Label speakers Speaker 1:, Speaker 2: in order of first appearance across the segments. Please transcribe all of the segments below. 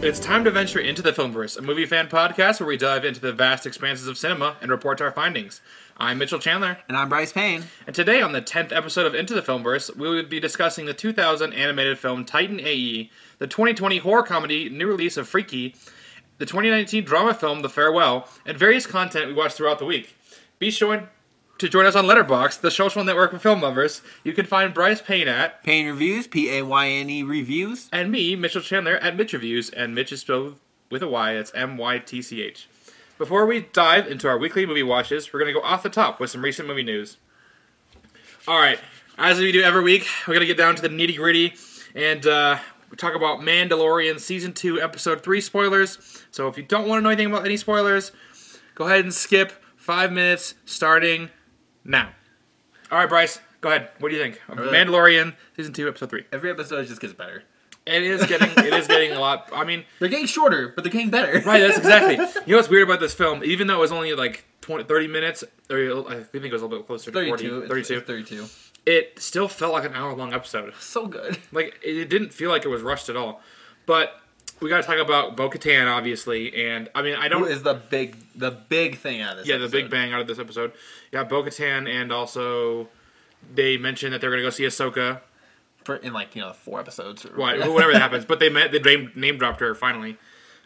Speaker 1: It's time to venture into the Filmverse, a movie fan podcast where we dive into the vast expanses of cinema and report our findings. I'm Mitchell Chandler,
Speaker 2: And I'm Bryce Payne.
Speaker 1: and today on the 10th episode of Into the Filmverse, we will be discussing the 2000 animated film Titan AE, the 2020 horror comedy new release of Freaky, the 2019 drama film The Farewell, and various content we watched throughout the week. Be sure to join us on Letterboxd, the social network for film lovers. You can find Bryce Payne at
Speaker 2: Payne Reviews, P A Y N E Reviews.
Speaker 1: and me, Mitchell Chandler at Mitch Reviews, and Mitch is spelled with a Y. That's M Y T C H. Before we dive into our weekly movie watches, we're gonna go off the top with some recent movie news. All right, as we do every week, we're gonna get down to the nitty gritty and uh, we talk about Mandalorian season two, episode three spoilers. So if you don't want to know anything about any spoilers, go ahead and skip five minutes starting now. All right, Bryce, go ahead. What do you think? of
Speaker 2: Really?
Speaker 1: Mandalorian season two, episode three.
Speaker 2: Every episode just gets better.
Speaker 1: It is getting it is getting a lot. I mean,
Speaker 2: They're getting shorter, but they're getting better.
Speaker 1: right? That's exactly. You know what's weird about this film? Even though it was only like 20, 30 minutes, or I think it was a little bit closer to 40,
Speaker 2: 32.
Speaker 1: 32,
Speaker 2: 32.
Speaker 1: it still felt like an hour long episode.
Speaker 2: So good.
Speaker 1: Like it it didn't feel like it was rushed at all. But we got to talk about Bo Katan, obviously, and I mean, I
Speaker 2: Who
Speaker 1: don't.
Speaker 2: is the big the big thing out of this?
Speaker 1: yeah, the
Speaker 2: episode.
Speaker 1: big bang out of this episode. Yeah, Bo Katan, and also they mentioned that they're gonna go see Ahsoka,
Speaker 2: For, in like, you know, four episodes. Or
Speaker 1: wha- whatever that happens. But they met, they name, name dropped her finally.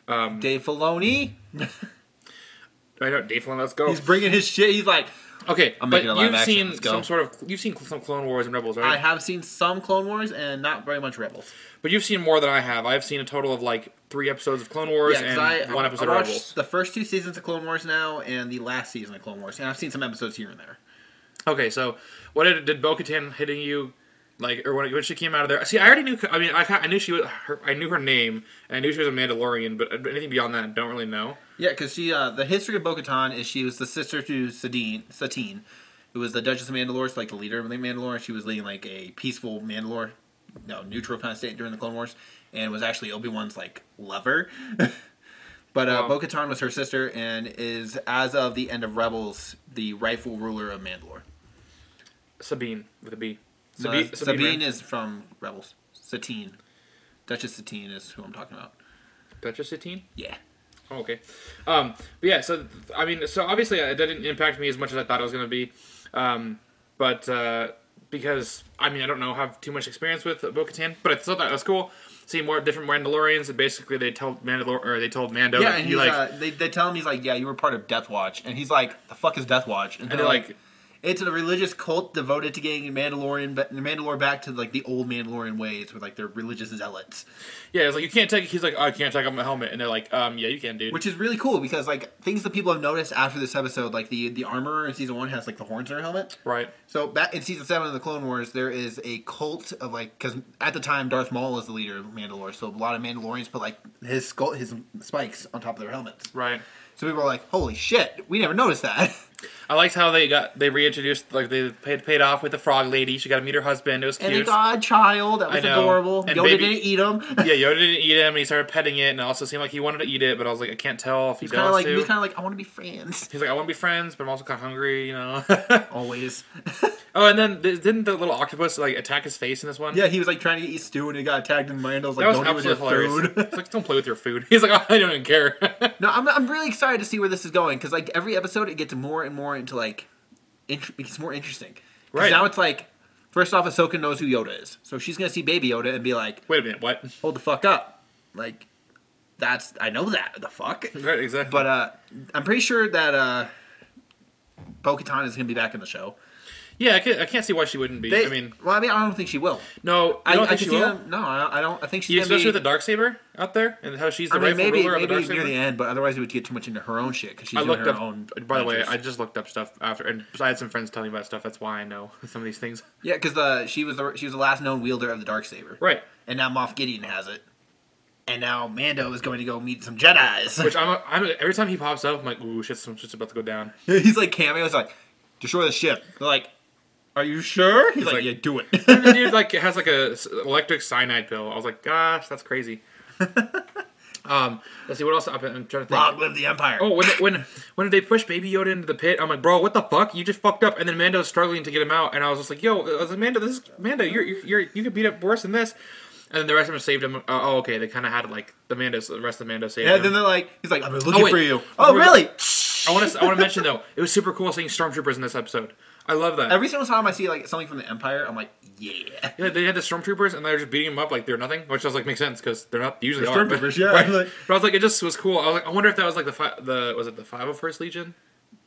Speaker 2: Dave Filoni.
Speaker 1: I know, Dave Filoni, let's go.
Speaker 2: He's bringing his shit. He's like,
Speaker 1: Okay,
Speaker 2: I'm
Speaker 1: but
Speaker 2: making a live
Speaker 1: you've
Speaker 2: action,
Speaker 1: seen
Speaker 2: let's go.
Speaker 1: some sort of you've seen some Clone Wars and Rebels,
Speaker 2: I
Speaker 1: right?
Speaker 2: have seen some Clone Wars and not very much Rebels.
Speaker 1: but you've seen more than I have. I've seen a total of like three episodes of Clone Wars
Speaker 2: Yeah, 'cause
Speaker 1: and
Speaker 2: I,
Speaker 1: one
Speaker 2: I-
Speaker 1: episode
Speaker 2: I
Speaker 1: of
Speaker 2: watched
Speaker 1: Rebels.
Speaker 2: the first two seasons of Clone Wars now and the last season of Clone Wars, and I've seen some episodes here and there.
Speaker 1: Okay, so what did, did Bo-Katan hitting you like, or when, when she came out of there? See, I already knew. I mean, I, ca- I knew she was. Her, I knew her name, and I knew she was a Mandalorian, but anything beyond that, I don't really know.
Speaker 2: Yeah, because she uh, the history of Bo-Katan is she was the sister to Sadine, Satine, who was the Duchess of Mandalore, so like the leader of the Mandalore. She was leading like a peaceful Mandalore, no neutral kind of state during the Clone Wars, and was actually Obi Wan's like lover. but uh,
Speaker 1: Wow.
Speaker 2: Bo-Katan was her sister, and is as of the end of Rebels the rightful ruler of Mandalore.
Speaker 1: Sabine with a B.
Speaker 2: No,
Speaker 1: Sabi-
Speaker 2: that's-
Speaker 1: Sabine,
Speaker 2: Sabine,
Speaker 1: right?
Speaker 2: is from Rebels. Satine, Duchess Satine is who I'm talking about.
Speaker 1: Duchess Satine.
Speaker 2: Yeah.
Speaker 1: Oh, okay. Um, but yeah, so I mean, so obviously uh, it didn't impact me as much as I thought it was going to be, um, but uh, because I mean I don't know have too much experience with Bo-Katan, but I still thought it was cool. See more different Mandalorians, and basically they told Mandalor or they told Mando,
Speaker 2: Yeah,
Speaker 1: that
Speaker 2: and
Speaker 1: he
Speaker 2: he's,
Speaker 1: like,
Speaker 2: uh, they, they tell him he's like, yeah, you were part of Death Watch, and he's like, the fuck is Death Watch?
Speaker 1: and they're like,
Speaker 2: it's a religious cult devoted to getting Mandalorian, ba- Mandalore back to like the old Mandalorian ways with like their religious zealots,
Speaker 1: yeah, it's like you can't take. He's like, oh, I can't take off my helmet, and they're like, um, yeah, you can, dude.
Speaker 2: which is really cool because like things that people have noticed after this episode, like the the armorer in season one has like the horns in her helmet.
Speaker 1: right.
Speaker 2: So back in season seven of the Clone Wars, there is a cult of like because at the time Darth Maul is the leader of Mandalore, so a lot of Mandalorians put like his skull, his spikes on top of their helmets.
Speaker 1: Right.
Speaker 2: So people are like, "Holy shit, we never noticed that."
Speaker 1: I liked how they got they reintroduced like they paid paid off with the frog lady. She got to meet her husband. It was
Speaker 2: And
Speaker 1: cute.
Speaker 2: they got a child that
Speaker 1: I
Speaker 2: was
Speaker 1: know.
Speaker 2: adorable.
Speaker 1: And
Speaker 2: Yoda
Speaker 1: baby-
Speaker 2: didn't eat him.
Speaker 1: yeah, Yoda didn't eat him, and he started petting it, and it also seemed like he wanted to eat it, but I was like, I can't tell if he
Speaker 2: He's
Speaker 1: does
Speaker 2: kind of like
Speaker 1: to.
Speaker 2: he's kind of like I want to be friends
Speaker 1: He's like, I want to be friends, but I'm also kind of hungry, you know.
Speaker 2: always.
Speaker 1: oh, and then th- didn't the little octopus like attack his face in this one?
Speaker 2: yeah, he was like trying to eat stew and he got attacked and Mando's
Speaker 1: that was
Speaker 2: like, "Don't eat with your
Speaker 1: absolutely hilarious.
Speaker 2: food."
Speaker 1: It's like, don't play with your food. He's like, oh, I don't even care.
Speaker 2: no, I'm I'm really excited to see where this is going because like every episode it gets more and more into like int- it gets more interesting. 'Cause
Speaker 1: Right.
Speaker 2: now it's like. First off, Ahsoka knows who Yoda is, so she's gonna see Baby Yoda and be like,
Speaker 1: Wait a minute, what?
Speaker 2: "Hold the fuck up!" Like, that's I know that the fuck.
Speaker 1: Right, exactly.
Speaker 2: But uh, I'm pretty sure that uh, Bo-Katan is gonna be back in the show.
Speaker 1: yeah, I can't, I can't see why she wouldn't be.
Speaker 2: They-
Speaker 1: I mean,
Speaker 2: well, I mean, I don't think she will.
Speaker 1: no, I
Speaker 2: I,
Speaker 1: don't think
Speaker 2: I can
Speaker 1: she
Speaker 2: see
Speaker 1: will.
Speaker 2: them. No, I, I don't. I think she's gonna
Speaker 1: especially
Speaker 2: be.
Speaker 1: with the dark saber out there, and how she's the
Speaker 2: I mean,
Speaker 1: rightful
Speaker 2: maybe
Speaker 1: ruler of the
Speaker 2: maybe
Speaker 1: dark
Speaker 2: near
Speaker 1: saber.
Speaker 2: the end, but otherwise it would get too much into her own shit because she's
Speaker 1: I
Speaker 2: doing
Speaker 1: looked
Speaker 2: her
Speaker 1: up.
Speaker 2: own.
Speaker 1: by the way,
Speaker 2: adventures.
Speaker 1: I just looked up stuff after, and I had some friends telling me about stuff. That's why I know some of these things.
Speaker 2: yeah, because the she was the she was the last known wielder of the dark saber,
Speaker 1: Right.
Speaker 2: And now Moff Gideon has it, and now Mando is going to go meet some Jedi's.
Speaker 1: Which I'm, I'm every time he pops up, I'm like, ooh, shit, some shit's about to go down.
Speaker 2: He's like cameos like, destroy the ship. They're like, are you sure? He's, like,
Speaker 1: like-
Speaker 2: yeah, do it.
Speaker 1: And the dude like has like a s- electric cyanide pill. I was like, gosh, that's crazy. um, let's see what else. I'm, I'm trying to think.
Speaker 2: Long live the Empire.
Speaker 1: Oh, when when when did they push Baby Yoda into the pit? I'm like, bro, what the fuck? You just fucked up. And then uh, Mando's struggling to get him out, and I was just like, yo, I was like, Mando, this is Mando. You're you're, you're you could beat up worse than this. And then the rest of them saved him. Uh, oh, okay. They kind of had like the Mando. The rest of the Mando saved
Speaker 2: And
Speaker 1: him.
Speaker 2: then they're like, he's like, I've been looking
Speaker 1: wait.
Speaker 2: for you.
Speaker 1: Oh,
Speaker 2: Oh,
Speaker 1: wait.
Speaker 2: really?
Speaker 1: I want to. I want to mention though, it was super cool seeing stormtroopers in this episode. I love that.
Speaker 2: Every single time I see like something from the Empire, I'm like, yeah.
Speaker 1: yeah, they had the stormtroopers and they're just beating them up like they're nothing, which does like make sense because they're not usually
Speaker 2: They're
Speaker 1: are, but-
Speaker 2: stormtroopers, yeah,
Speaker 1: right.
Speaker 2: like-
Speaker 1: but I was like, it just was cool. I was like, I wonder if that was like the fi- the was it the five hundred first Legion?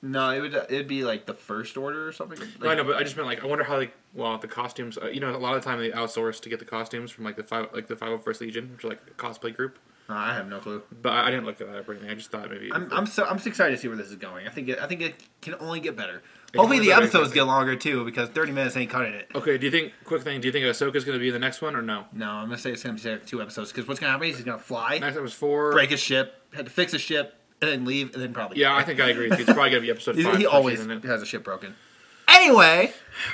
Speaker 2: No, it would it'd be like the First Order or something.
Speaker 1: No, I
Speaker 2: Like,
Speaker 1: know, but I just meant like I wonder how like well the costumes. Uh, you know, a lot of the time they outsource to get the costumes from like the five like the five hundred first Legion, which are like a cosplay group.
Speaker 2: No, I have no clue.
Speaker 1: But I, I didn't look that up or anything. I just thought maybe.
Speaker 2: I'm, I'm so I'm so excited to see where this is going. I think it, I think it can only get better.
Speaker 1: can
Speaker 2: Hopefully
Speaker 1: only
Speaker 2: the
Speaker 1: get better,
Speaker 2: episodes
Speaker 1: exactly.
Speaker 2: get longer too because 30 minutes ain't cutting it.
Speaker 1: okay, do you think quick thing? Do you think Ahsoka's going to be in the next one or no?
Speaker 2: No, I'm gonna say it's gonna take two episodes because what's gonna happen is he's gonna fly,
Speaker 1: Next it was four.
Speaker 2: break his ship, had to fix his ship, and then leave, and then probably
Speaker 1: Yeah, I think I agree. with you. It's probably going to be episode
Speaker 2: He,
Speaker 1: five.
Speaker 2: he
Speaker 1: for
Speaker 2: always
Speaker 1: season eight.
Speaker 2: has a ship broken. Anyway,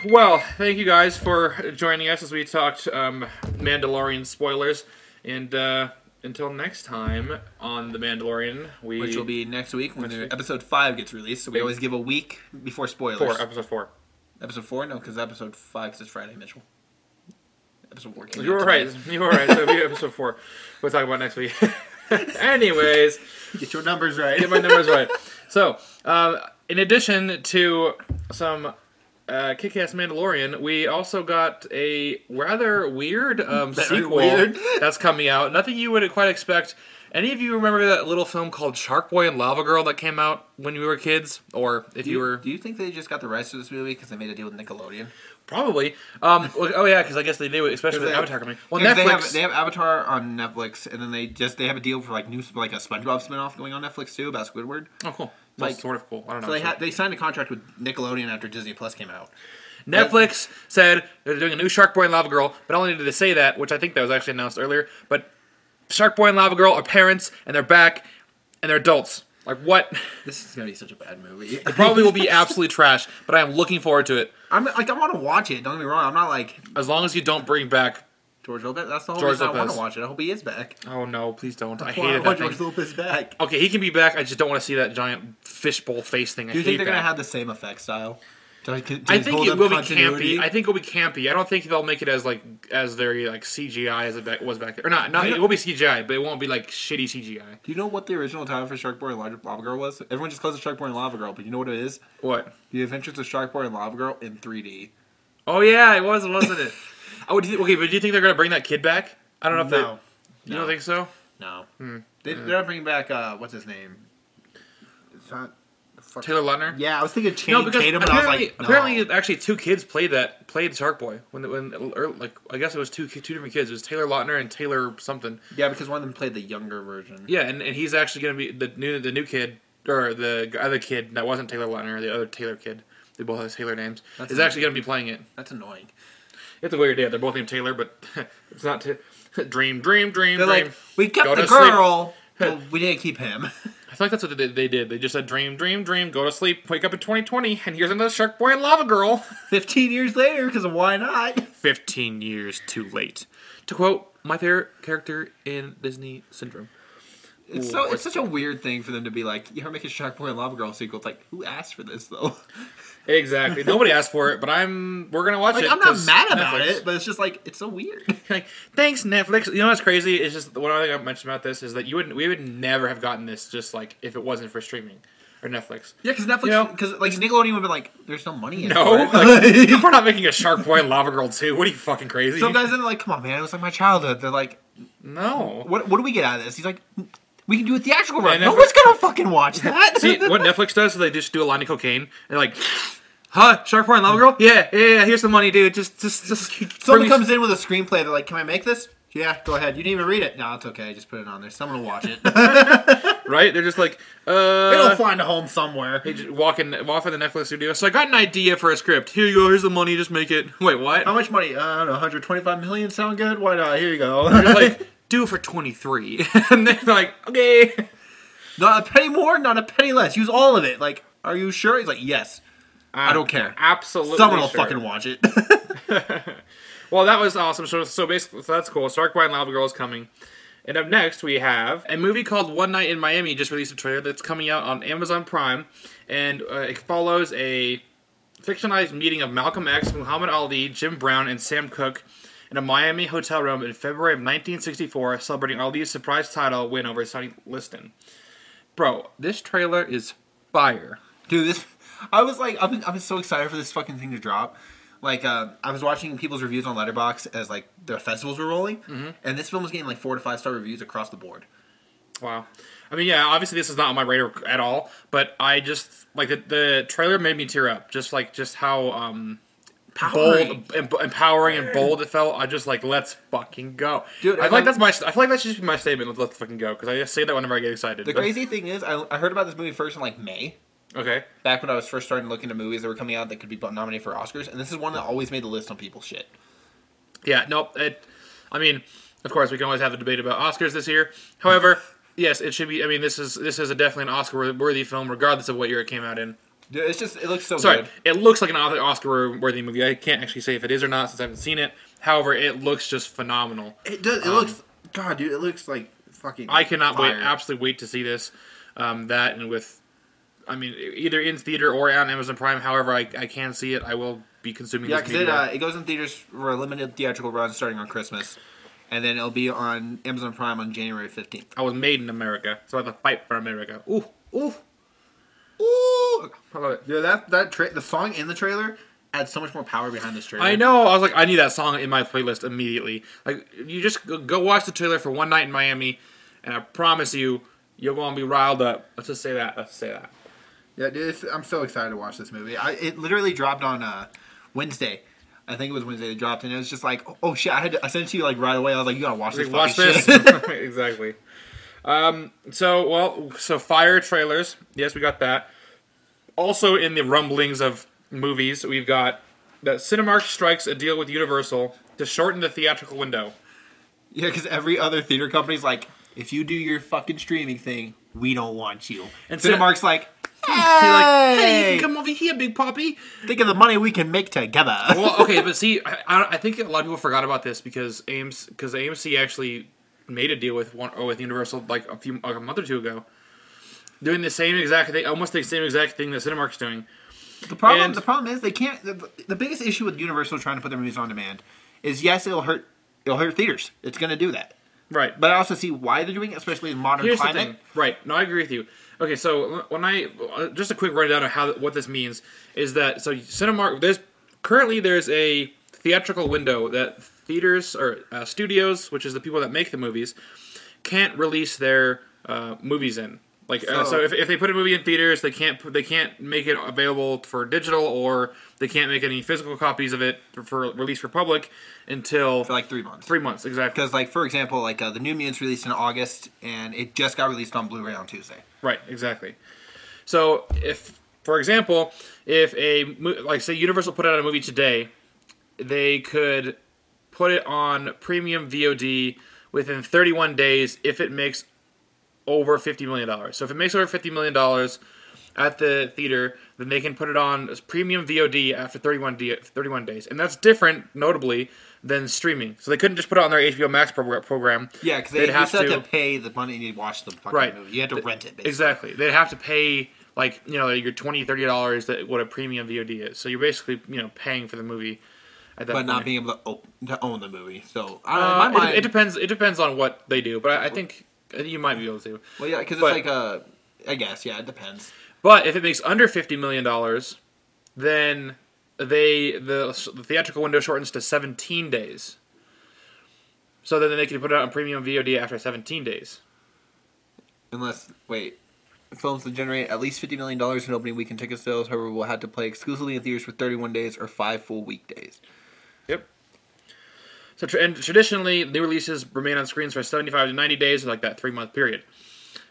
Speaker 1: Well, thank you guys for joining us as we talked um, Mandalorian spoilers, and uh, until next time on the Mandalorian, we
Speaker 2: which will be next week when
Speaker 1: Next
Speaker 2: the
Speaker 1: week.
Speaker 2: episode five gets released. So we
Speaker 1: Wait.
Speaker 2: always give a week before spoilers.
Speaker 1: four episode four.
Speaker 2: Episode four? No, because episode five 'cause it's Friday, Mitchell. Episode four. Came
Speaker 1: You were
Speaker 2: out
Speaker 1: right.
Speaker 2: today.
Speaker 1: You were right. So it'll be episode four. We'll talk about next week. Anyways,
Speaker 2: Get your numbers right.
Speaker 1: get my numbers right. So, uh, in addition to some uh, kick-ass Mandalorian, we also got a rather weird um,
Speaker 2: Very
Speaker 1: sequel
Speaker 2: weird.
Speaker 1: that's coming out. Nothing you would quite expect. Any of you remember that little film called Shark Boy and Lava Girl that came out when we were kids, or if
Speaker 2: Do
Speaker 1: you were
Speaker 2: Do you think they just got the rights to this movie because they made a deal with Nickelodeon?
Speaker 1: probably? Um, well, oh yeah, because I guess they do, especially with
Speaker 2: They-
Speaker 1: Avatar coming. Well,
Speaker 2: because
Speaker 1: Netflix.
Speaker 2: They have, they have Avatar on Netflix, and then they just they have a deal for like new like a SpongeBob spinoff going on Netflix too about Squidward.
Speaker 1: oh, cool.
Speaker 2: like-
Speaker 1: That's sort of cool. I don't know.
Speaker 2: So they
Speaker 1: actually.
Speaker 2: had they signed a contract with Nickelodeon after Disney Plus came out.
Speaker 1: Netflix said they're doing a new Shark Boy and Lava Girl, but not only did they say that, which I think that was actually announced earlier, but Shark Boy and Lava Girl are parents and they're back and they're adults. Like what?
Speaker 2: This is gonna be such a bad movie.
Speaker 1: Probably will be absolutely trash, but I am looking forward to it.
Speaker 2: I'm like I want to watch it. Don't get me wrong. I'm not like
Speaker 1: As long as you don't bring back
Speaker 2: George Lopez. That's the whole
Speaker 1: George
Speaker 2: reason I want
Speaker 1: Lopez.
Speaker 2: to watch it. I hope he is back.
Speaker 1: Oh no, please don't. I
Speaker 2: Well,
Speaker 1: hated that
Speaker 2: want George
Speaker 1: thing.
Speaker 2: Lopez back.
Speaker 1: Okay, he can be back. I just don't want to see that giant fishbowl face thing. I
Speaker 2: Do you
Speaker 1: hate
Speaker 2: think they're
Speaker 1: that.
Speaker 2: gonna have the same effect style? Do I, do
Speaker 1: I
Speaker 2: they
Speaker 1: think
Speaker 2: hold
Speaker 1: it
Speaker 2: up
Speaker 1: will be
Speaker 2: continuity?
Speaker 1: campy. I think it will be campy. I don't think they'll make it as like as very like CGI as it back, was back there. Or not, not
Speaker 2: You know-
Speaker 1: it will be CGI, but it won't be like shitty CGI.
Speaker 2: Do you know what the original title for Sharkboy and Lava- Lava Girl was? Everyone just calls it Sharkboy and Lava Girl, but you know what it is?
Speaker 1: What?
Speaker 2: The Adventures of Sharkboy and Lava Girl in 3D.
Speaker 1: Oh yeah, it was, wasn't it? oh, do you- okay, but do you think they're gonna bring that kid back? I don't know if they.
Speaker 2: No.
Speaker 1: You
Speaker 2: No.
Speaker 1: don't think so?
Speaker 2: No. They, They're not bringing back, uh, what's his name? It's not. fuck-
Speaker 1: Taylor Lautner.
Speaker 2: Yeah, I was thinking Channing
Speaker 1: No, because
Speaker 2: Tatum, and I was
Speaker 1: apparently,
Speaker 2: like, no.
Speaker 1: apparently, actually, two kids played that played Shark Boy when when or, like I guess it was two ki- two different kids. It was Taylor Lautner and Taylor something.
Speaker 2: Yeah, because one of them played the younger version.
Speaker 1: Yeah, and, and he's actually gonna be the new the new kid or the other kid that wasn't Taylor Lautner, the other Taylor kid. They both have Taylor names.
Speaker 2: That's
Speaker 1: is actually gonna be playing it.
Speaker 2: That's annoying.
Speaker 1: It's a weird day. They're both named Taylor, but it's not. T- dream, dream, dream,
Speaker 2: They're
Speaker 1: dream.
Speaker 2: like, we kept
Speaker 1: Go
Speaker 2: the
Speaker 1: to sleep.
Speaker 2: girl, but we didn't keep him.
Speaker 1: I feel like that's what they, they did. They just said, "Dream, dream, dream. Go to sleep. Wake up in 2020, and here's another Shark Boy and Lava Girl."
Speaker 2: 15 years later, because why not?
Speaker 1: Fifteen years too late. To quote my favorite character in Disney Syndrome.
Speaker 2: It's
Speaker 1: Ooh,
Speaker 2: so
Speaker 1: what's
Speaker 2: it's such a weird thing for them to be like, you're making Sharkboy and Lava Girl sequel. It's like, who asked for this, though?
Speaker 1: Exactly. Nobody asked for it, but I'm. We're gonna watch
Speaker 2: Like,
Speaker 1: it.
Speaker 2: I'm not
Speaker 1: 'cause
Speaker 2: mad about
Speaker 1: Netflix.
Speaker 2: it, but it's just like, it's so weird.
Speaker 1: Like, thanks Netflix. You know what's crazy? It's just one other thing I mentioned about this is that you would not we would never have gotten this just like if it wasn't for streaming or Netflix.
Speaker 2: Yeah, because
Speaker 1: You know?
Speaker 2: Netflix, because like Nickelodeon would have been like, "There's no money in
Speaker 1: No,
Speaker 2: it."
Speaker 1: like, we're not making a Shark Boy and Lava Girl too. What are you fucking crazy?
Speaker 2: Some guys are like, "Come on, man, it was like my childhood." They're like,
Speaker 1: no.
Speaker 2: "What? What do we get out of this?" He's like, "We can do a theatrical run.
Speaker 1: And
Speaker 2: No
Speaker 1: Netflix-
Speaker 2: one's gonna fucking watch that."
Speaker 1: See what Netflix does is they just do a line of cocaine and they're like, "Huh, Shark Boy and Lava Girl? Yeah, yeah, yeah. Here's the money, dude. Just, just, just."
Speaker 2: Someone
Speaker 1: Someone
Speaker 2: comes in with a screenplay. They're like, "Can I make this?" Yeah, go ahead. You didn't even read it. No, it's okay. Just put it on there. Someone will watch it.
Speaker 1: right. They're just like,
Speaker 2: It'll
Speaker 1: uh.
Speaker 2: find a home somewhere.
Speaker 1: They just walk in, walk in the Netflix studio. So I got an idea for a script. Here you go. Here's the money. Just make it. Wait, what?
Speaker 2: How much money? Uh, I don't know. 125 million. Sound good? Why not? Here you go.
Speaker 1: They're like, do for twenty three, and they're like, okay.
Speaker 2: not a penny more. Not a penny less. Use all of it. Like, are you sure? He's like, "Yes." I don't care.
Speaker 1: Absolutely.
Speaker 2: Someone will
Speaker 1: sure.
Speaker 2: fucking watch it.
Speaker 1: Well, that was awesome. So, so basically, so that's cool. Stark Boy and Lava Girl is coming. And up next, we have a movie called One Night in Miami. Just released a trailer that's coming out on Amazon Prime, and uh, it follows a fictionalized meeting of Malcolm X, Muhammad Ali, Jim Brown, and Sam Cooke in a Miami hotel room in February of 1964, celebrating Ali's surprise title win over Sonny Liston. Bro, this trailer is fire.
Speaker 2: dude. This, I was like, I've been, I've been so excited for this fucking thing to drop. Like, uh, I was watching people's reviews on Letterbox as like the festivals were rolling, and this film was getting like four to five star reviews across the board.
Speaker 1: Wow. I mean, yeah, obviously this is not on my radar at all, but I just like the, the trailer made me tear up. Just like just how um
Speaker 2: Powering.
Speaker 1: bold, em- empowering and bold it felt. I just like let's fucking go,
Speaker 2: Dude,
Speaker 1: I
Speaker 2: and
Speaker 1: feel like
Speaker 2: I'm-
Speaker 1: that's my. I feel like that should just be my statement. Let's, let's fucking go because I just say that whenever I get excited.
Speaker 2: The crazy thing is, I, I heard about this movie first in like May,
Speaker 1: Okay.
Speaker 2: back when I was first starting to look into movies that were coming out that could be nominated for Oscars, and this is one that always made the list on people's shit.
Speaker 1: Yeah. Nope. It. I mean, of course, we can always have a debate about Oscars this year. However, yes, it should be. I mean, this is this is a definitely an Oscar-worthy film, regardless of what year it came out in.
Speaker 2: Dude, it's just it looks so
Speaker 1: Sorry,
Speaker 2: good.
Speaker 1: it looks like an Oscar-worthy movie. I can't actually say if it is or not since I haven't seen it. However, it looks just phenomenal.
Speaker 2: It does. It looks. God, dude, it looks like fucking.
Speaker 1: I cannot wait,
Speaker 2: fire.
Speaker 1: absolutely wait to see this. Um, that and with, I mean, e-, either in theater or on Amazon Prime. However, I, I can see it. I will be consuming.
Speaker 2: Yeah,
Speaker 1: this
Speaker 2: because it
Speaker 1: media.
Speaker 2: uh, it goes in theaters for a limited theatrical run starting on Christmas, and then it'll be on Amazon Prime on January fifteenth.
Speaker 1: I was made in America, so I have to fight for America. Ooh, ooh,
Speaker 2: Ooh,
Speaker 1: I love it.
Speaker 2: dude, that that tra- the song in the trailer adds so much more power behind this trailer.
Speaker 1: I know. I was like, I need that song in my playlist immediately. Like, you just go, go watch the trailer for one night in Miami, and I promise you, you're gonna be riled up. Let's just say that. Let's say that.
Speaker 2: Yeah, dude, it's, I'm so excited to watch this movie. I, it literally dropped on uh, Wednesday. I think it was Wednesday it dropped, and it was just like, oh shit! I had to, I sent it to you like right away. I was like, you gotta watch this.
Speaker 1: Like, watch
Speaker 2: fucking
Speaker 1: this.
Speaker 2: shit.
Speaker 1: exactly. Um, so, well, so fire trailers. Yes, we got that. Also, in the rumblings of movies, we've got that Cinemark strikes a deal with Universal to shorten the theatrical window.
Speaker 2: Yeah, because every other theater company's like, if you do your fucking streaming thing, we don't want you. And
Speaker 1: Cin-
Speaker 2: Cinemark's like, hey,
Speaker 1: They're like,
Speaker 2: hey
Speaker 1: hey, you can come over here, Big Poppy.
Speaker 2: think of the money we can make together.
Speaker 1: well, okay, but see, I, I, I think a lot of people forgot about this because AMC because AMC actually made a deal with one or with Universal like a few like a month or two ago, doing the same exact thing, almost the same exact thing that Cinemark's doing.
Speaker 2: the problem,
Speaker 1: and-
Speaker 2: the problem is they can't. The, the biggest issue with Universal trying to put their movies on demand is yes, it'll hurt. It'll hurt theaters. It's gonna do that.
Speaker 1: Right.
Speaker 2: But I also see why they're doing it, especially in modern
Speaker 1: Here's
Speaker 2: climate.
Speaker 1: the thing. Right. No, I agree with you. Okay, so when I uh, just a quick rundown of how what this means is that so Cinemark there's currently there's a theatrical window that theaters or uh, studios, which is the people that make the movies, can't release their uh, movies in. Like so, uh,
Speaker 2: So-
Speaker 1: so if, if they put a movie in theaters, they can't put- they can't make it available for digital or they can't make any physical copies of it for release for public until
Speaker 2: for like three months.
Speaker 1: three months exactly.
Speaker 2: Because, like, for example, like uh, the New Mutants released in August, and it just got released on Blu-ray on Tuesday.
Speaker 1: Right, exactly. So if, for example, if a mo- like say Universal put out a movie today, they could put it on premium VOD within 31 days if it makes over 50 million dollars. So if it makes over 50 million dollars at the theater, then they can put it on as premium VOD after 31 d- 31 days. And that's different notably than streaming. So they couldn't just put it on their HBO Max progr- program.
Speaker 2: Yeah, because
Speaker 1: They'd
Speaker 2: they
Speaker 1: have
Speaker 2: have to,
Speaker 1: to-
Speaker 2: pay the money to watch the fucking
Speaker 1: Right.
Speaker 2: movie. You had to rent it. Basically.
Speaker 1: Exactly. They'd have to pay like you know your 20 30 dollars that what a premium VOD is. So you're basically you know paying for the movie at that
Speaker 2: But
Speaker 1: point.
Speaker 2: not being able to, op- to own the movie. So I don't know,
Speaker 1: Uh,
Speaker 2: in
Speaker 1: it-
Speaker 2: my mind,
Speaker 1: it, depends. It depends on what they do, but I, I think I think you might be able to.
Speaker 2: well, yeah, because it's
Speaker 1: but-
Speaker 2: like a. I guess yeah, it depends.
Speaker 1: But if it makes under 50 million dollars, then they the, the theatrical window shortens to 17 days. So then they can put it out on premium VOD after 17 days.
Speaker 2: Unless wait, films that generate at least fifty million dollars in opening weekend ticket sales, however, will have to play exclusively in theaters for thirty-one days or five full weekdays.
Speaker 1: Yep. So tra- and traditionally, new releases remain on screens for 75 to 90 days, like that three month period.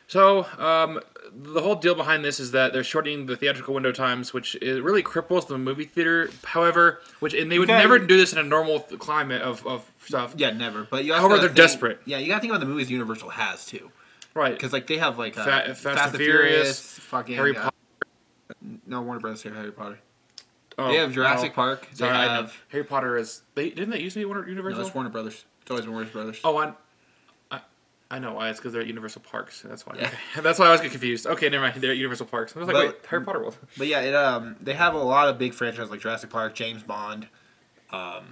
Speaker 1: So um, the whole deal behind this is that they're shortening the theatrical window times, which is really cripples the movie theater. However, which and they would
Speaker 2: Okay.
Speaker 1: never do this in a normal th- climate of, of stuff.
Speaker 2: Yeah, never. But you also
Speaker 1: However,
Speaker 2: gotta
Speaker 1: they're
Speaker 2: think-
Speaker 1: desperate.
Speaker 2: Yeah, you gotta think about the movies Universal has too.
Speaker 1: Right.
Speaker 2: Because like they have like uh,
Speaker 1: Fa-
Speaker 2: Fast, and Furious,
Speaker 1: Furious,
Speaker 2: fucking
Speaker 1: Harry
Speaker 2: uh, no, Warner Brothers here, Harry Potter.
Speaker 1: Oh,
Speaker 2: They have Jurassic
Speaker 1: no.
Speaker 2: Park. They
Speaker 1: Sorry, I know.
Speaker 2: have
Speaker 1: Harry Potter is they didn't they used to be Warner
Speaker 2: no,
Speaker 1: Universal?
Speaker 2: it's Warner Brothers. It's always been Warner Brothers.
Speaker 1: Oh, I, I, I know why. It's because they're at Universal Parks. That's why.
Speaker 2: Yeah.
Speaker 1: Okay. That's why I was getting confused. Okay, never mind. They're at Universal Parks. I was like,
Speaker 2: But-
Speaker 1: wait, Harry Potter World.
Speaker 2: But yeah, it um they have a lot of big franchises like Jurassic Park, James Bond, um,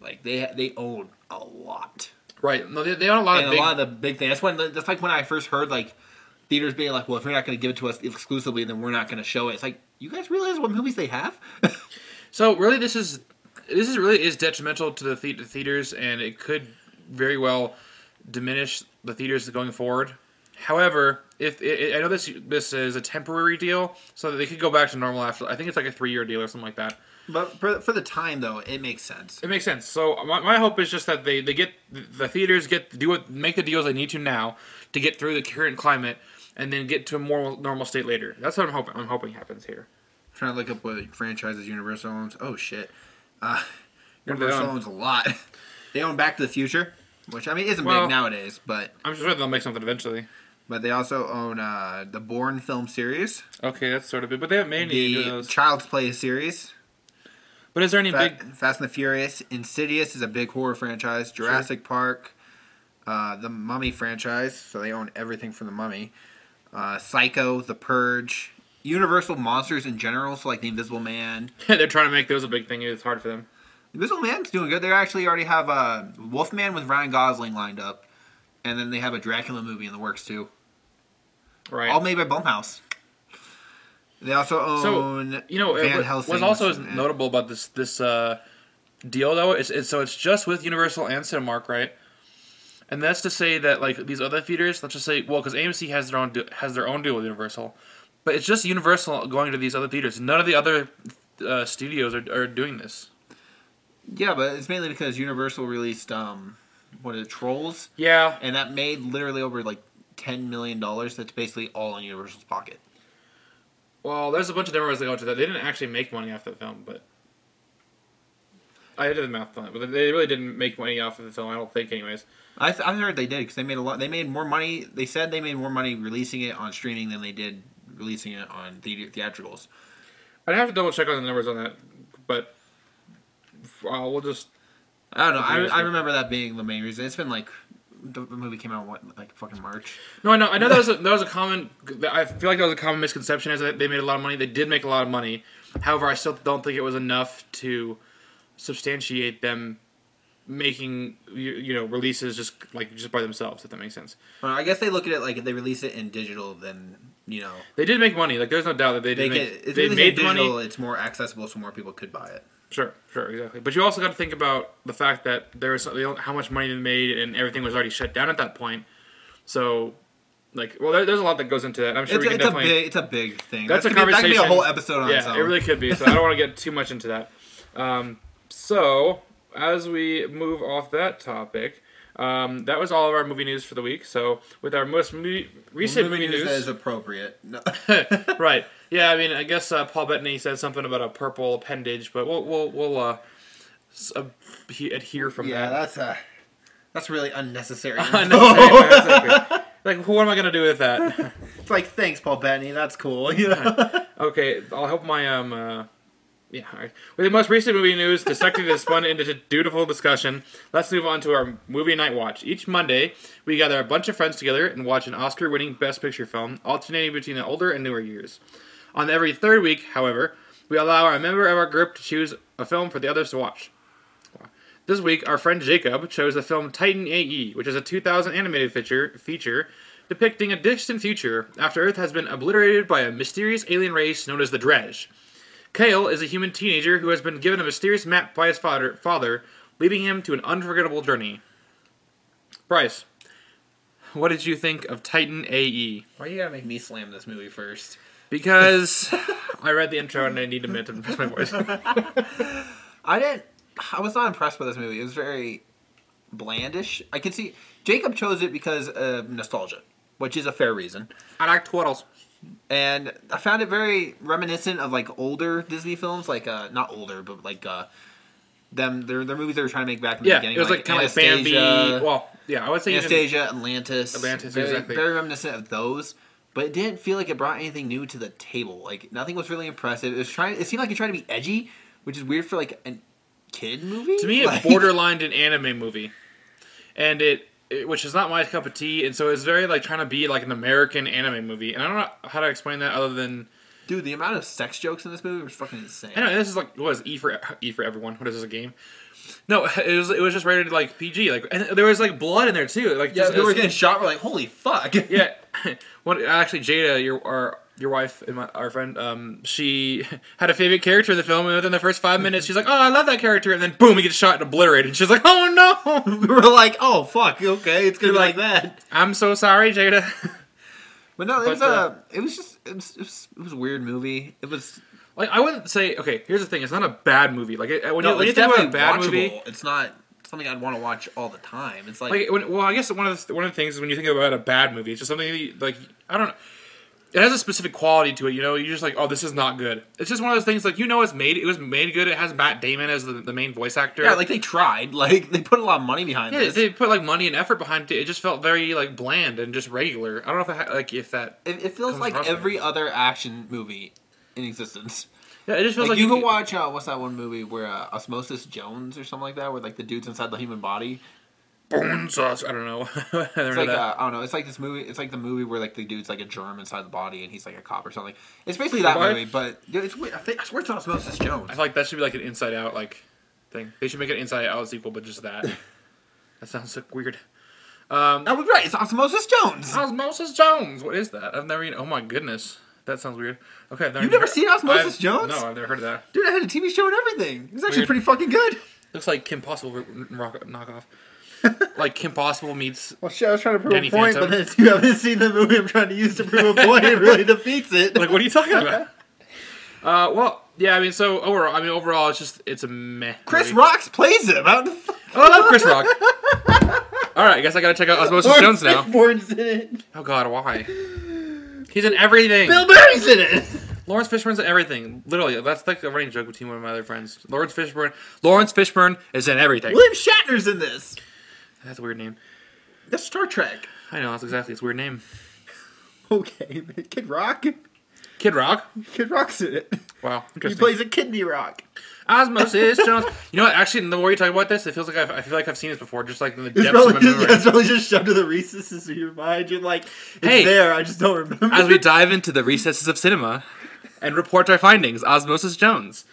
Speaker 2: Like they they own a lot.
Speaker 1: Right. No, they, they own a lot
Speaker 2: and
Speaker 1: of big.
Speaker 2: a lot of the big things. That's when that's like when I first heard like theaters being like, well, if you're not going to give it to us exclusively, then we're not going to show it. It's like you guys realize what movies they have.
Speaker 1: so really, this is this is really is detrimental to the, the theaters, and it could very well diminish the theaters going forward. However, if i I know this this is a temporary deal, so that they could go back to normal after. I think it's like a three year deal or something like that.
Speaker 2: but for, for the time though, it makes sense.
Speaker 1: It makes sense. So my, my hope is just that they, they get the theaters get do what make the deals they need to now to get through the current climate and then get to a more normal state later. That's what I'm hoping. I'm hoping happens here.
Speaker 2: trying to look up what franchises Universal owns. Oh shit, uh,
Speaker 1: What do they
Speaker 2: Universal
Speaker 1: own?
Speaker 2: owns a lot. they own Back to the Future, which I mean isn't
Speaker 1: Well-
Speaker 2: big nowadays, but
Speaker 1: I'm sure they'll make something eventually.
Speaker 2: but they also own uh, the Bourne film series,
Speaker 1: Okay, that's sort of it. But they haven't made any of
Speaker 2: the
Speaker 1: those.
Speaker 2: Child's Play series,
Speaker 1: But is there any
Speaker 2: Fa-
Speaker 1: big?
Speaker 2: Fast and the Furious, Insidious is a big horror franchise, Jurassic Park, uh, the Mummy franchise, so they own everything from the Mummy, uh, Psycho, The Purge, Universal monsters in general, so like the Invisible Man.
Speaker 1: they're trying to make those a big thing. and It's hard for them.
Speaker 2: Invisible Man's doing good. They actually already have uh, Wolfman with Ryan Gosling lined up, and then they have a Dracula movie in the works too,
Speaker 1: Right.
Speaker 2: all made by Blumhouse. They also
Speaker 1: So,
Speaker 2: own
Speaker 1: you know,
Speaker 2: Van
Speaker 1: what,
Speaker 2: Helsing.
Speaker 1: what's also is
Speaker 2: and-
Speaker 1: notable about this this uh, deal though is it's, so it's just with Universal and Cinemark, right? And that's to say that like these other theaters, let's just say, well, because AMC has their own de- has their own deal with Universal, but it's just Universal going to these other theaters. None of the other uh, studios are, are doing this.
Speaker 2: Yeah, but it's mainly because Universal released um, what is it, Trolls,
Speaker 1: Yeah,
Speaker 2: and that made literally over like ten million dollars. That's basically all in Universal's pocket.
Speaker 1: well, there's a bunch of different ways they go to that. They didn't actually make money off the film, but I did the math on it, but they really didn't make money off of the film. I don't think, anyways.
Speaker 2: I th- I heard they did because they made a lot. They made more money. They said they made more money releasing it on streaming than they did releasing it on the- theatricals.
Speaker 1: I'd have to double check on the numbers on that, but uh, we'll just
Speaker 2: I don't know.
Speaker 1: Okay,
Speaker 2: I, I
Speaker 1: so-
Speaker 2: remember that being the main reason. It's been like the the movie came out what like fucking March.
Speaker 1: no. I know. I know that was a, that was a common. I feel like that was a common misconception is that they made a lot of money. They did make a lot of money. However, I still don't think it was enough to substantiate them making you, you know releases just like just by themselves. If that makes sense,
Speaker 2: Well, I guess they look at it like if they release it in digital, then you know
Speaker 1: they did make money. Like there's no doubt that they
Speaker 2: they
Speaker 1: did.
Speaker 2: get
Speaker 1: make,
Speaker 2: if
Speaker 1: they
Speaker 2: released
Speaker 1: made
Speaker 2: in
Speaker 1: the money.
Speaker 2: digital, it's more accessible, so more people could buy it.
Speaker 1: Sure, sure, exactly. But you also got to think about the fact that there was how much money they made, and everything was already shut down at that point. So, like, well, there, there's a lot that goes into that. I'm sure
Speaker 2: It's,
Speaker 1: we can
Speaker 2: it's a
Speaker 1: definitely.
Speaker 2: big, it's a big thing.
Speaker 1: that's
Speaker 2: that
Speaker 1: a
Speaker 2: could be-
Speaker 1: conversation.
Speaker 2: That could be a whole episode on
Speaker 1: yeah,
Speaker 2: its own.
Speaker 1: it really could be. So I don't want to get too much into that. Um, so as we move off that topic, um, that was all of our movie news for the week. So with our most movie, recent
Speaker 2: movie news that is
Speaker 1: news,
Speaker 2: appropriate. No.
Speaker 1: right? Yeah, I mean, I guess uh, Paul Bettany said something about a purple appendage, but we'll we'll, we'll uh, s- uh, he- adhere from
Speaker 2: yeah,
Speaker 1: that.
Speaker 2: that's uh, that's really unnecessary.
Speaker 1: Unnecessary, right, exactly. Like, what am I gonna do with that?
Speaker 2: it's like thanks, Paul Bettany. That's cool. You know?
Speaker 1: Okay, I'll help my um. Uh, yeah, all right. With the most recent movie news dissected and spun into dutiful discussion, let's move on to our movie night watch. Each Monday, we gather a bunch of friends together and watch an Oscar winning Best Picture film, alternating between the older and newer years. On every third week, however, we allow a member of our group to choose a film for the others to watch. This week, our friend Jacob chose the film Titan AE, which is a 2000 animated feature, feature depicting a distant future after Earth has been obliterated by a mysterious alien race known as the Dredge. Kale is a human teenager who has been given a mysterious map by his father, father leading him to an unforgettable journey. Bryce, what did you think of Titan E? AE?
Speaker 2: Why you gotta make me slam this movie first?
Speaker 1: Because I read the intro and I need to admit to impress my voice.
Speaker 2: I didn't. I was not impressed by this movie. It was very blandish. I can see Jacob chose it because of nostalgia, which is a fair reason.
Speaker 1: I like twaddles.
Speaker 2: And I found it very reminiscent of like older Disney films, like uh, not older, but like uh, them their, their movies they were trying to make back in the
Speaker 1: Yeah,
Speaker 2: beginning.
Speaker 1: it was like, kind of like Bambi.
Speaker 2: Anastasia,
Speaker 1: Well, yeah, I would say even-
Speaker 2: Anastasia, Atlantis,
Speaker 1: Atlantis,
Speaker 2: very,
Speaker 1: exactly.
Speaker 2: very reminiscent of those. But it didn't feel like it brought anything new to the table. Like nothing was really impressive. It was trying. It seemed like it tried to be edgy, which is weird for like a kid movie.
Speaker 1: To me, it
Speaker 2: Like-
Speaker 1: borderlined an anime movie, and it, it- which is not my cup of tea. And so it's very like trying to be like an American anime movie, and I don't know how to explain that other than
Speaker 2: Dude, the amount of sex jokes in this movie was fucking insane.
Speaker 1: I know this is like what is it, E for E for everyone? What is this a game? No, it was it was just rated like PG. Like and there was like blood in there too. Like
Speaker 2: Yeah,
Speaker 1: just-
Speaker 2: we
Speaker 1: it
Speaker 2: were
Speaker 1: was-
Speaker 2: getting shot. We're like, holy fuck.
Speaker 1: yeah. One actually, Jada, your our your wife and my, our friend, um, she had a favorite character in the film, and within the first five minutes, she's like, "Oh, I love that character," and then boom, he gets shot and obliterated. And she's like, "Oh no,
Speaker 2: we were like, oh fuck, okay, it's gonna be like, that.
Speaker 1: I'm so sorry, Jada."
Speaker 2: But no, it was
Speaker 1: But,
Speaker 2: uh,
Speaker 1: uh,
Speaker 2: it was just it was, it was it was a weird movie. It was
Speaker 1: like, I wouldn't say. Okay, here's the thing: it's not a bad movie. Like, it- when you, when you
Speaker 2: it's
Speaker 1: think about a
Speaker 2: definitely
Speaker 1: bad
Speaker 2: watchable.
Speaker 1: movie,
Speaker 2: It's not something I'd want to watch all the time. It's like,
Speaker 1: like, when, well, I guess one of the, one of the things is when you think about a bad movie, it's just something that you, like I don't know. It has a specific quality to it, you know. You're just like, oh, this is not good. It's just one of those things, like you know, it's made. It was made good. It has Matt Damon as the, the main voice actor.
Speaker 2: yeah, like they tried, like they put a lot of money behind
Speaker 1: Yeah,
Speaker 2: this.
Speaker 1: they put like money and effort behind it. It just felt very like bland and just regular. I don't know if that, like if that.
Speaker 2: it, it feels
Speaker 1: comes
Speaker 2: like
Speaker 1: across
Speaker 2: every other action movie in existence.
Speaker 1: Yeah, it just feels
Speaker 2: Like,
Speaker 1: like,
Speaker 2: you can
Speaker 1: could-
Speaker 2: watch uh, what's that one movie where uh, Osmosis Jones or something like that, where like the dude's inside the human body.
Speaker 1: bone sauce. I don't know. I don't
Speaker 2: It's
Speaker 1: know
Speaker 2: like
Speaker 1: that.
Speaker 2: uh, I don't know. It's like this movie. It's like the movie where like the dude's like a germ inside the body and he's like a cop or something. It's basically that
Speaker 1: What?
Speaker 2: movie, but yeah, it's weird. I, think, I swear it's Osmosis Jones.
Speaker 1: I feel like that should be like an Inside Out like thing. They should make an Inside Out sequel, but just that. that sounds so weird. Um,
Speaker 2: I was right. It's Osmosis Jones.
Speaker 1: Osmosis Jones. What is that? I've never. Even, oh my goodness, that sounds weird. Okay, I've
Speaker 2: You've never seen Osmosis
Speaker 1: I've-
Speaker 2: Jones?
Speaker 1: No, I've never heard of that.
Speaker 2: Dude, I had a TV show and everything. It was actually
Speaker 1: Weird.
Speaker 2: pretty fucking good.
Speaker 1: Looks like Kim Possible r- rock, knockoff. like Kim Possible meets.
Speaker 2: Well, shit, I was trying to prove
Speaker 1: Danny
Speaker 2: a point,
Speaker 1: Phantom.
Speaker 2: but then you haven't seen the movie I'm trying to use to prove a point. It really defeats it.
Speaker 1: Like, what are you talking about? Uh, well, yeah, I mean, so overall, I mean, overall, it's just it's a meh.
Speaker 2: Chris
Speaker 1: movie.
Speaker 2: Rocks plays him. How the fuck?
Speaker 1: Oh, I love Chris Rock. All right, I guess I gotta check out Osmosis Jones now.
Speaker 2: Fishburne's in it.
Speaker 1: Oh God, why? He's in everything.
Speaker 2: Bill Murray's in it.
Speaker 1: Lawrence Fishburne's in everything. Literally, that's like a running joke between one of my other friends. Lawrence Fishburne. Lawrence Fishburne is in everything.
Speaker 2: William Shatner's in this.
Speaker 1: That's a weird name.
Speaker 2: That's Star Trek.
Speaker 1: I know that's exactly its weird name.
Speaker 2: Okay, but Kid Rock.
Speaker 1: Kid Rock.
Speaker 2: Kid Rock's in it.
Speaker 1: Wow,
Speaker 2: He
Speaker 1: interesting.
Speaker 2: plays a kidney rock.
Speaker 1: Osmosis Jones. You know what? Actually, the more you talk about this, it feels like I've, I feel like I've seen this before, just like in the
Speaker 2: It's
Speaker 1: depths of
Speaker 2: probably,
Speaker 1: my
Speaker 2: just,
Speaker 1: memory.
Speaker 2: it's probably just shoved to the recesses of your mind. You're like, it's
Speaker 1: Hey.
Speaker 2: there. I just don't remember.
Speaker 1: As we dive into the recesses of cinema and report our findings, Osmosis Jones.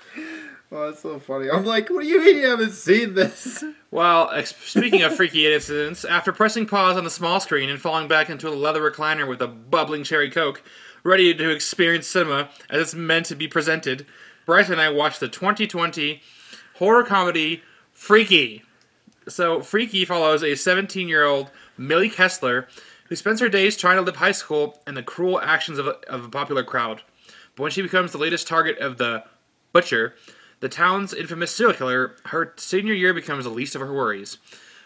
Speaker 2: oh, that's so funny. I'm like, what do you mean you haven't seen this?
Speaker 1: Well, ex- speaking of freaky incidents, after pressing pause on the small screen and falling back into a leather recliner with a bubbling cherry coke, ready to experience cinema as it's meant to be presented, Bryce and I watched the 2020 horror comedy Freaky. So, Freaky follows a 17 year old Millie Kessler who spends her days trying to live high school and the cruel actions of a, of a popular crowd. But when she becomes the latest target of the Butcher, the town's infamous serial killer, her senior year becomes the least of her worries.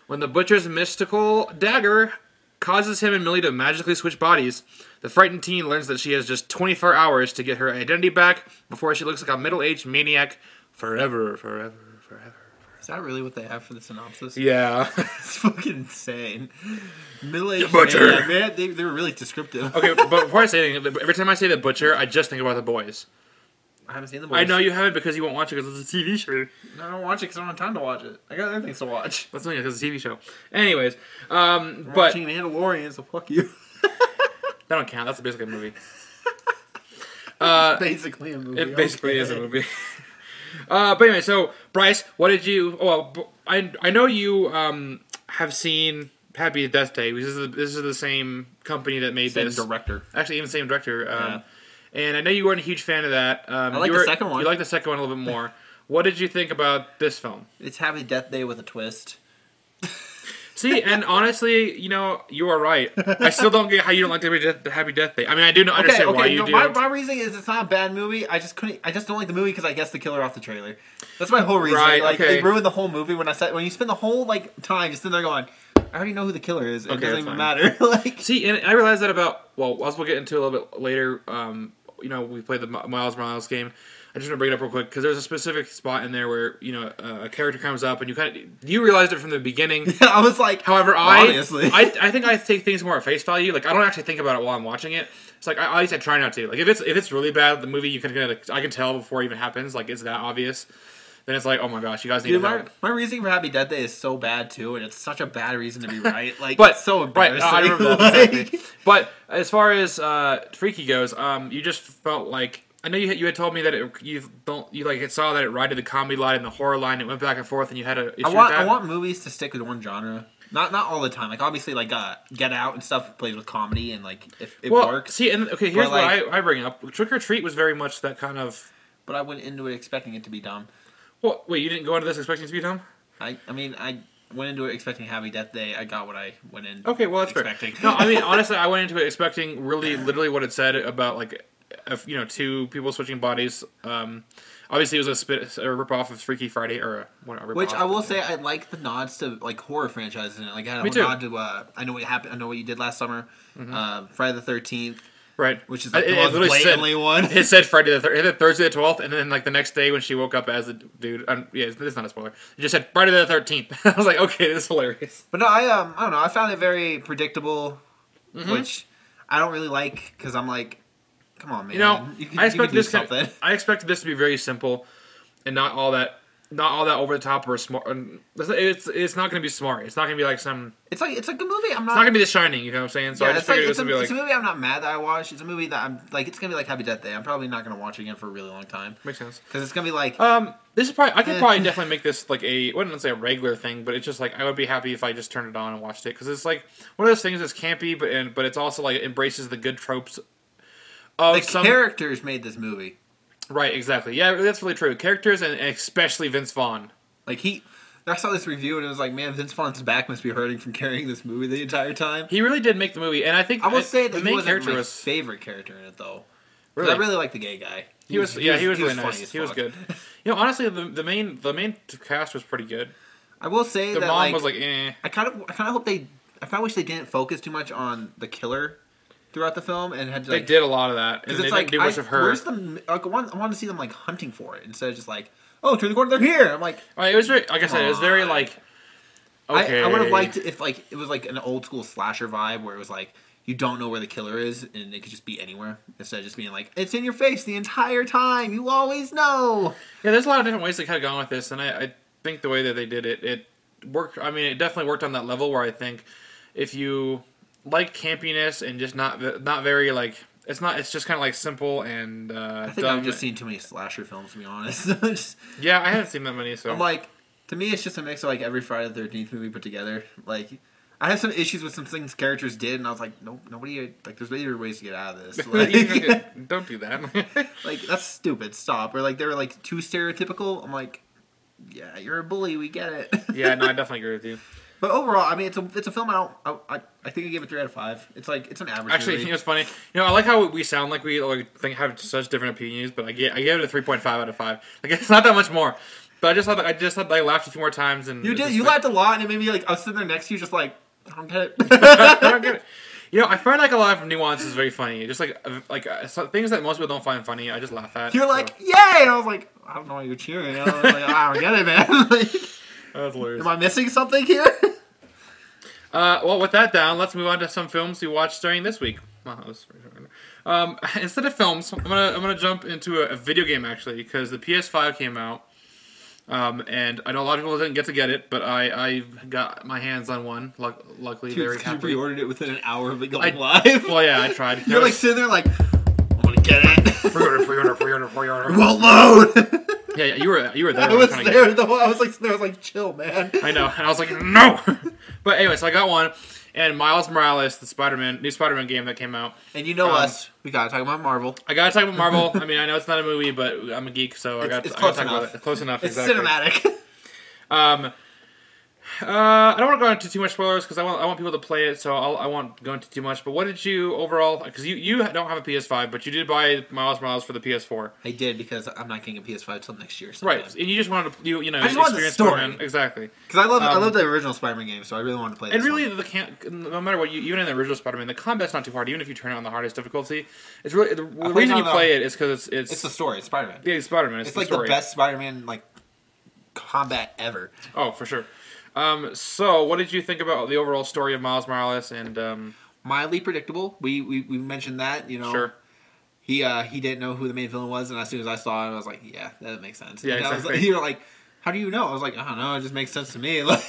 Speaker 1: When the Butcher's mystical dagger causes him and Millie to magically switch bodies, the frightened teen learns that she has just 24 hours to get her identity back before she looks like a middle aged maniac forever, forever, forever.
Speaker 2: Is that really what they have for the synopsis?
Speaker 1: Yeah.
Speaker 2: It's fucking insane. Middle aged
Speaker 1: butcher.
Speaker 2: Man, man, they, they were really descriptive.
Speaker 1: okay, but before I say anything, every time I say the butcher, I just think about the boys.
Speaker 2: I haven't seen them.
Speaker 1: I know you haven't because you won't watch it because it's a TV show.
Speaker 2: No, I don't watch it because I don't have time to watch it. I got other things to watch.
Speaker 1: That's only because it's a TV show. Anyways, um,
Speaker 2: I'm
Speaker 1: but
Speaker 2: watching Mandalorian, so fuck you.
Speaker 1: that don't count. That's basically a movie. Uh,
Speaker 2: basically a movie.
Speaker 1: It basically
Speaker 2: okay.
Speaker 1: is a movie. uh, but anyway, so Bryce, what did you? oh, Well, b- I I know you um have seen Happy Death Day. This is the, this is the same company that made
Speaker 2: Same
Speaker 1: this.
Speaker 2: director.
Speaker 1: Actually, even same director. Um, And I know you weren't a huge fan of that. Um,
Speaker 2: I like
Speaker 1: you
Speaker 2: the
Speaker 1: were-
Speaker 2: second one.
Speaker 1: You like the second one a little bit more. what did you think about this film?
Speaker 2: It's Happy Death Day with a twist.
Speaker 1: See, and honestly, you know, you are right. I still don't get how you don't like Happy Death, Happy Death Day. I mean, I do not
Speaker 2: Okay,
Speaker 1: understand
Speaker 2: okay.
Speaker 1: why you
Speaker 2: no,
Speaker 1: do.
Speaker 2: my, my reason is it's not a bad movie. I just couldn't. I just don't like the movie because I guessed the killer off the trailer. That's my whole reason.
Speaker 1: Right,
Speaker 2: like
Speaker 1: okay.
Speaker 2: they ruined the whole movie when I said when you spend the whole like time just sitting there going, I already know who the killer is. It
Speaker 1: Okay,
Speaker 2: doesn't
Speaker 1: that's
Speaker 2: even
Speaker 1: fine.
Speaker 2: matter. like
Speaker 1: See, and I realized that about well, as we'll get into a little bit later. Um, you know, we played the Mi- Miles Morales game. I just want to bring it up real quick because there's a specific spot in there where you know uh, a character comes up and you kind of you realized it from the beginning.
Speaker 2: I was like,
Speaker 1: However,
Speaker 2: well,
Speaker 1: I,
Speaker 2: obviously
Speaker 1: I I think I take things more at face value. Like I don't actually think about it while I'm watching it. It's like I, at least I try not to. Like if it's if it's really bad, the movie you can kind of I can tell before it even happens. Like it's that obvious. Then it's like oh my gosh, you guys need
Speaker 2: Dude,
Speaker 1: to
Speaker 2: my, my reasoning for Happy Death Day is so bad too, and it's such a bad reason to be right. Like,
Speaker 1: But
Speaker 2: it's so
Speaker 1: right,
Speaker 2: embarrassing.
Speaker 1: I remember that
Speaker 2: Like,
Speaker 1: exactly. But as far as uh, Freaky goes, um, you just felt like I know you had, you had told me that it, you don't you like it saw that it righted the comedy line and the horror line. It went back and forth, and you had a issue
Speaker 2: I want
Speaker 1: with that.
Speaker 2: I want movies to stick with one genre. Not not all the time. Like obviously, like uh, Get Out and stuff plays with comedy and like if it
Speaker 1: well,
Speaker 2: works.
Speaker 1: see, and okay, here's
Speaker 2: like-
Speaker 1: what I, I bring up. Trick or treat was very much that kind of.
Speaker 2: But I went into it expecting it to be dumb.
Speaker 1: Well, wait, you didn't go into this expecting it to be dumb.
Speaker 2: I I mean I went into it expecting Happy Death Day. I got what I went in.
Speaker 1: Okay, well that's
Speaker 2: expecting.
Speaker 1: fair. No, I mean honestly, I went into it expecting really literally what it said about like, if, you know, two people switching bodies. Um, obviously, it was a spit a rip off of Freaky Friday or a, what, a
Speaker 2: Which
Speaker 1: ripoff.
Speaker 2: I will say, I like the nods to like horror franchises in it. Like I had a
Speaker 1: Me
Speaker 2: whole
Speaker 1: too. Mm-hmm.
Speaker 2: nod to uh, I know what happened. I know what you did last summer. Uh, Friday the Thirteenth,
Speaker 1: right?
Speaker 2: which is like
Speaker 1: It-
Speaker 2: the
Speaker 1: it
Speaker 2: most
Speaker 1: literally said-
Speaker 2: blatantly one.
Speaker 1: It said Friday the thir- it said Thursday the twelfth, and then like the next day when she woke up as the dude. Um, yeah, this is not a spoiler. It just said Friday the thirteenth. I was like, okay, this is hilarious.
Speaker 2: But no, I um, I don't know. I found it very predictable,
Speaker 1: Mm-hmm.
Speaker 2: which I don't really like because I'm like, come on, man.
Speaker 1: You know, I
Speaker 2: could- could
Speaker 1: expected
Speaker 2: do
Speaker 1: this. kind of- I expected this to be very simple, and not all that, not all that over the top or smart. and It's it's not going to be smart. It's not going to be like some.
Speaker 2: it's like it's like a movie. I'm
Speaker 1: It's not
Speaker 2: not.
Speaker 1: gonna be The Shining, you know what I'm saying? So
Speaker 2: yeah,
Speaker 1: I just
Speaker 2: it's, like,
Speaker 1: figured it was
Speaker 2: it's, a,
Speaker 1: gonna be like
Speaker 2: it's a movie I'm not mad that I watched. It's a movie that I'm like. It's gonna be like Happy Death Day. I'm probably not gonna watch again for a really long time
Speaker 1: makes sense.
Speaker 2: because it's gonna be like
Speaker 1: Um, this is probably I could
Speaker 2: Eh.
Speaker 1: probably definitely make this like a I wouldn't say a regular thing, but it's just like I would be happy if I just turned it on and watched it because it's like one of those things that's campy, but and but it's also like it embraces the good tropes of
Speaker 2: the
Speaker 1: some
Speaker 2: characters made this movie.
Speaker 1: right exactly yeah that's really true characters and, and especially Vince Vaughn.
Speaker 2: Like he, I saw this review and it was like, man, Vince Vaughn's back must be hurting from carrying this movie the entire time.
Speaker 1: He really did make the movie, and I think
Speaker 2: I will
Speaker 1: it-
Speaker 2: say that
Speaker 1: the
Speaker 2: he
Speaker 1: main
Speaker 2: wasn't
Speaker 1: character
Speaker 2: my
Speaker 1: was
Speaker 2: favorite character in it though. 'Cause
Speaker 1: really
Speaker 2: I really like the gay guy.
Speaker 1: he was yeah he was really
Speaker 2: funny
Speaker 1: nice
Speaker 2: as
Speaker 1: he was
Speaker 2: fuck.
Speaker 1: good. You know honestly the, the main the main cast was pretty good.
Speaker 2: I will say
Speaker 1: The
Speaker 2: that
Speaker 1: mom
Speaker 2: like,
Speaker 1: was like eh.
Speaker 2: I kind of I kind of hope they I kind of wish they didn't focus too much on the killer throughout the film and had
Speaker 1: They
Speaker 2: like
Speaker 1: did a lot of that, and
Speaker 2: because
Speaker 1: they
Speaker 2: it's
Speaker 1: didn't
Speaker 2: like
Speaker 1: do much
Speaker 2: I,
Speaker 1: of her.
Speaker 2: where's the like, I want I want to see them like hunting for it instead of just like oh turn the corner they're here I'm like
Speaker 1: Like, it was very, like I said, it was very
Speaker 2: Come on.
Speaker 1: like.
Speaker 2: I, I would have liked if like it was like an old school slasher vibe where it was like you don't know where the killer is and it could just be anywhere instead of just being like it's in your face the entire time you always know.
Speaker 1: Yeah, there's a lot of different ways they could have gone with this, and I, I think the way that they did it, it worked. I mean, it definitely worked on that level where I think if you like campiness and just not ve- not very like it's not it's just kind of like simple and uh,
Speaker 2: I think
Speaker 1: dumb.
Speaker 2: I've just seen too many slasher films to be honest. Just-
Speaker 1: yeah, I haven't seen that many, so
Speaker 2: I'm like to me it's just a mix of like every Friday the Thirteenth movie put together. Like I have some issues with some things characters did and I was like nope nobody like there's better ways to get out of this. Like,
Speaker 1: don't do that.
Speaker 2: like that's stupid stop or like they were like too stereotypical. I'm like yeah you're a bully we get it.
Speaker 1: yeah, no, I definitely agree with you.
Speaker 2: But overall, I mean, it's a it's a film. I don't. I, I, I think I gave it three out of five. It's like it's an average.
Speaker 1: Actually, you
Speaker 2: movie.
Speaker 1: know, it's funny. You know, I like how we sound like we like think have such different opinions, but I get I gave it a three point five out of five. Like it's not that much more. But I just thought I just thought I laughed a few more times and
Speaker 2: you
Speaker 1: it
Speaker 2: did.
Speaker 1: just,
Speaker 2: You
Speaker 1: like,
Speaker 2: laughed a lot, and it made me like I was sitting there next to you, just like I don't get
Speaker 1: I
Speaker 2: it.
Speaker 1: don't get it. You know, I find like a lot of nuance is very funny. Just like uh, like uh, so- things that most people don't find funny, I just laugh at.
Speaker 2: You're
Speaker 1: so-
Speaker 2: like yay, and I was like I don't know why you're cheering. I was like I don't get it, man. like,
Speaker 1: that's hilarious.
Speaker 2: am I missing something here?
Speaker 1: Uh, well, with that down, let's move on to some films we watched during this week. Wow, that was- Um, instead of films, I'm gonna I'm gonna jump into a, a video game actually because the PS5 came out, um, and I know a lot of people didn't get to get it, but I I got my hands on one. Luck, luckily, very happy.
Speaker 2: pre-ordered it within an hour of it
Speaker 1: I-
Speaker 2: going live.
Speaker 1: Well, yeah, I tried.
Speaker 2: you're like sitting there like I want to get it.
Speaker 1: pre-order, pre-order, pre-order, pre-order.
Speaker 2: Won't load.
Speaker 1: Yeah, yeah, you were you were there.
Speaker 2: I
Speaker 1: when
Speaker 2: was
Speaker 1: trying to get it.
Speaker 2: there the whole. I was like sitting there. I was like chill, man.
Speaker 1: I know. And I was like, no. but anyway, so I got one. And Miles Morales, the Spider-Man, new Spider-Man game that came out.
Speaker 2: And you know
Speaker 1: Um,
Speaker 2: us. We gotta talk about Marvel.
Speaker 1: I gotta talk about Marvel. I mean, I know it's not a movie, but I'm a geek, so I
Speaker 2: It's-
Speaker 1: got
Speaker 2: it's
Speaker 1: I gotta
Speaker 2: close
Speaker 1: talk
Speaker 2: enough.
Speaker 1: about it. Close enough.
Speaker 2: It's
Speaker 1: exactly.
Speaker 2: cinematic.
Speaker 1: Um, uh, I don't want to go into too much spoilers because I want I want people to play it, so I'll, I won't go into too much. But what did you overall? Because you you don't have a PS5, but you did buy Miles Morales for the PS4,
Speaker 2: I did because I'm not getting a PS5 till next year.
Speaker 1: right? And you just wanted to you you know
Speaker 2: I just wanted the
Speaker 1: experience
Speaker 2: story.
Speaker 1: Spider-Man. exactly.
Speaker 2: Because I love I
Speaker 1: Um,
Speaker 2: love the original Spider-Man game, so I really want to play.
Speaker 1: And
Speaker 2: this
Speaker 1: really,
Speaker 2: one.
Speaker 1: the can no matter what, you, even in the original Spider-Man, the combat's not too hard. Even if you turn it on the hardest difficulty, it's really the, the
Speaker 2: played
Speaker 1: reason
Speaker 2: it
Speaker 1: you
Speaker 2: on the-
Speaker 1: play it is because it's
Speaker 2: it's
Speaker 1: it's,
Speaker 2: the story. It's Spider-Man.
Speaker 1: yeah, it's Spider-Man. It's,
Speaker 2: it's
Speaker 1: the
Speaker 2: like
Speaker 1: story.
Speaker 2: the best Spider-Man like combat ever.
Speaker 1: Oh, for sure. Um, so, what did you think about the overall story of Miles Morales? And um,
Speaker 2: Mildly predictable. We we, we mentioned that. You know,
Speaker 1: sure,
Speaker 2: he uh, he didn't know who the main villain was, and as soon as I saw it, I was like, yeah, that makes sense.
Speaker 1: Yeah,
Speaker 2: And I was
Speaker 1: exactly.
Speaker 2: like- you were like, How do you know? I was like, I don't know. It just makes sense to me. Like,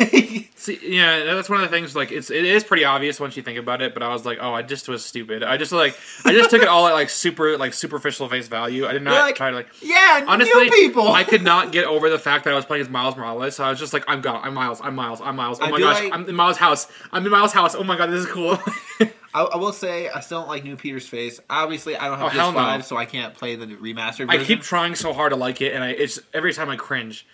Speaker 1: See, yeah, that's one of the things. Like, it's it is pretty obvious once you think about it. But I was like, oh, I just was stupid. I just like, I just took it all at like super like superficial face value. I did not
Speaker 2: You're like,
Speaker 1: try to like.
Speaker 2: yeah,
Speaker 1: Honestly,
Speaker 2: new people.
Speaker 1: I could not get over the fact that I was playing as Miles Morales. So I was just like, I'm God, I'm Miles, I'm Miles, I'm Miles. Oh
Speaker 2: I
Speaker 1: my
Speaker 2: do
Speaker 1: gosh,
Speaker 2: like-
Speaker 1: I'm in Miles' house. I'm in Miles' house. Oh my god, this is cool.
Speaker 2: I, I will say, I still don't like New Peter's face. Obviously, I don't
Speaker 1: Oh,
Speaker 2: have
Speaker 1: hell
Speaker 2: PS5,
Speaker 1: no.
Speaker 2: so I can't play the remastered version.
Speaker 1: I keep trying so hard to like it, and I it's every time I cringe.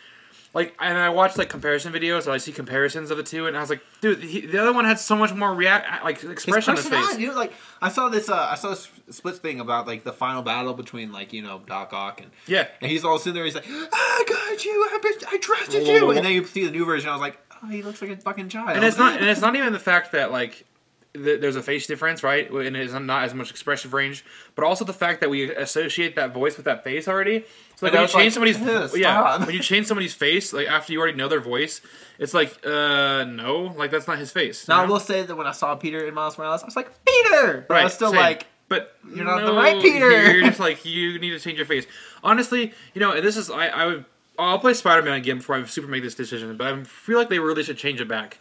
Speaker 1: Like, and I watch like comparison videos, so I see comparisons of the two, and I was like, dude, he, the other one had so much more react like
Speaker 2: his
Speaker 1: expression on his face.
Speaker 2: personality, dude. Like, I saw this. Uh, I saw this split thing about like the final battle between like you know Doc Ock and
Speaker 1: Yeah.
Speaker 2: and he's all sitting there. He's like, I got you. I, bet- I trusted you. And then you see the new version. I was like, oh, he looks like a fucking child.
Speaker 1: and it's not and it's not even the fact that like th- there's a face difference right and it's not as much expressive range but also the fact that we associate that voice with that face already so like
Speaker 2: And I
Speaker 1: when you
Speaker 2: was
Speaker 1: change
Speaker 2: like,
Speaker 1: somebody's
Speaker 2: "Ugh, stop."
Speaker 1: yeah when you change somebody's face like after you already know their voice it's like uh no like that's not his face you
Speaker 2: Now I
Speaker 1: know?
Speaker 2: will say that when I saw Peter in Miles Morales, I was like, Peter. But I was still
Speaker 1: same.
Speaker 2: like,
Speaker 1: but
Speaker 2: "You're not the right Peter."
Speaker 1: You're just like you need to change your face. Honestly, you know, this is I, I would I'll play Spider Man again before I super make this decision, but I feel like they really should change it back.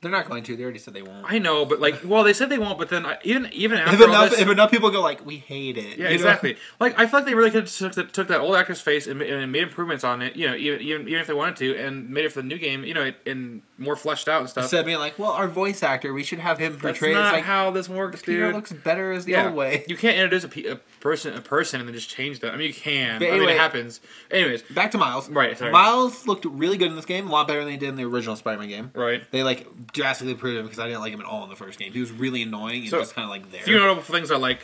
Speaker 2: they're not going to. They already said they won't.
Speaker 1: I know, but like, well, they said they won't, but then I, even even after
Speaker 2: if
Speaker 1: all
Speaker 2: enough,
Speaker 1: this,
Speaker 2: if enough people go like, we hate it.
Speaker 1: Yeah,
Speaker 2: you know?
Speaker 1: exactly. Like I feel like they really could have took, the, took that old actor's face and, ma- and made improvements on it. You know, even, even even if they wanted to, and made it for the new game. You know, it, and more fleshed out and stuff.
Speaker 2: Instead of being like, well, our voice actor, we should have him
Speaker 1: That's
Speaker 2: portray. it." It's
Speaker 1: not
Speaker 2: like,
Speaker 1: how this works,
Speaker 2: Peter
Speaker 1: dude.
Speaker 2: looks better as the
Speaker 1: yeah,
Speaker 2: old way.
Speaker 1: you can't introduce a, pe- a person a person and then just change them. I mean, you can.
Speaker 2: But
Speaker 1: I mean,
Speaker 2: anyway-
Speaker 1: it happens. Anyways,
Speaker 2: Back to Miles.
Speaker 1: Right, sorry.
Speaker 2: Miles looked really good in this game, a lot better than he did in the original Spider-Man game.
Speaker 1: right.
Speaker 2: They like drastically improved him because I didn't like him at all in the first game. He was really annoying and
Speaker 1: So,
Speaker 2: just kind of like there.
Speaker 1: A few notable things I like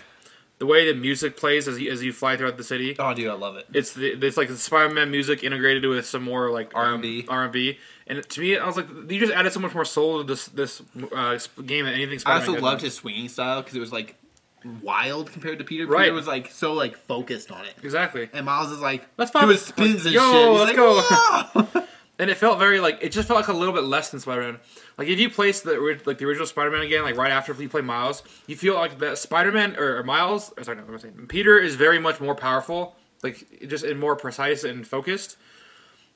Speaker 1: the way the music plays as you, as you fly throughout the city.
Speaker 2: oh, dude, I love it.
Speaker 1: It's the it's like the Spider-Man music integrated with some more like R
Speaker 2: R&B.
Speaker 1: R and B, and to me, I was like, you just added so much more soul to this this uh, sp- game than anything.
Speaker 2: I
Speaker 1: Spider-Man
Speaker 2: also
Speaker 1: could
Speaker 2: loved
Speaker 1: have
Speaker 2: his swinging style because it was like wild compared to Peter.
Speaker 1: Right.
Speaker 2: Peter was like so like focused on it,
Speaker 1: done. Exactly,
Speaker 2: and Miles is like
Speaker 1: Let's
Speaker 2: do
Speaker 1: fuck-
Speaker 2: his spins and
Speaker 1: Yo,
Speaker 2: shit.
Speaker 1: let's
Speaker 2: He's
Speaker 1: go.
Speaker 2: like, "Ah!" "Whoa!"
Speaker 1: and it felt very like it just felt like a little bit less than Spider-Man. Like if you place the ori- like the original Spider-Man again, like right after you play Miles, you feel like that Spider-Man or, or Miles, or sorry, no, what am I saying? Peter is very much more powerful, like just and more precise and focused.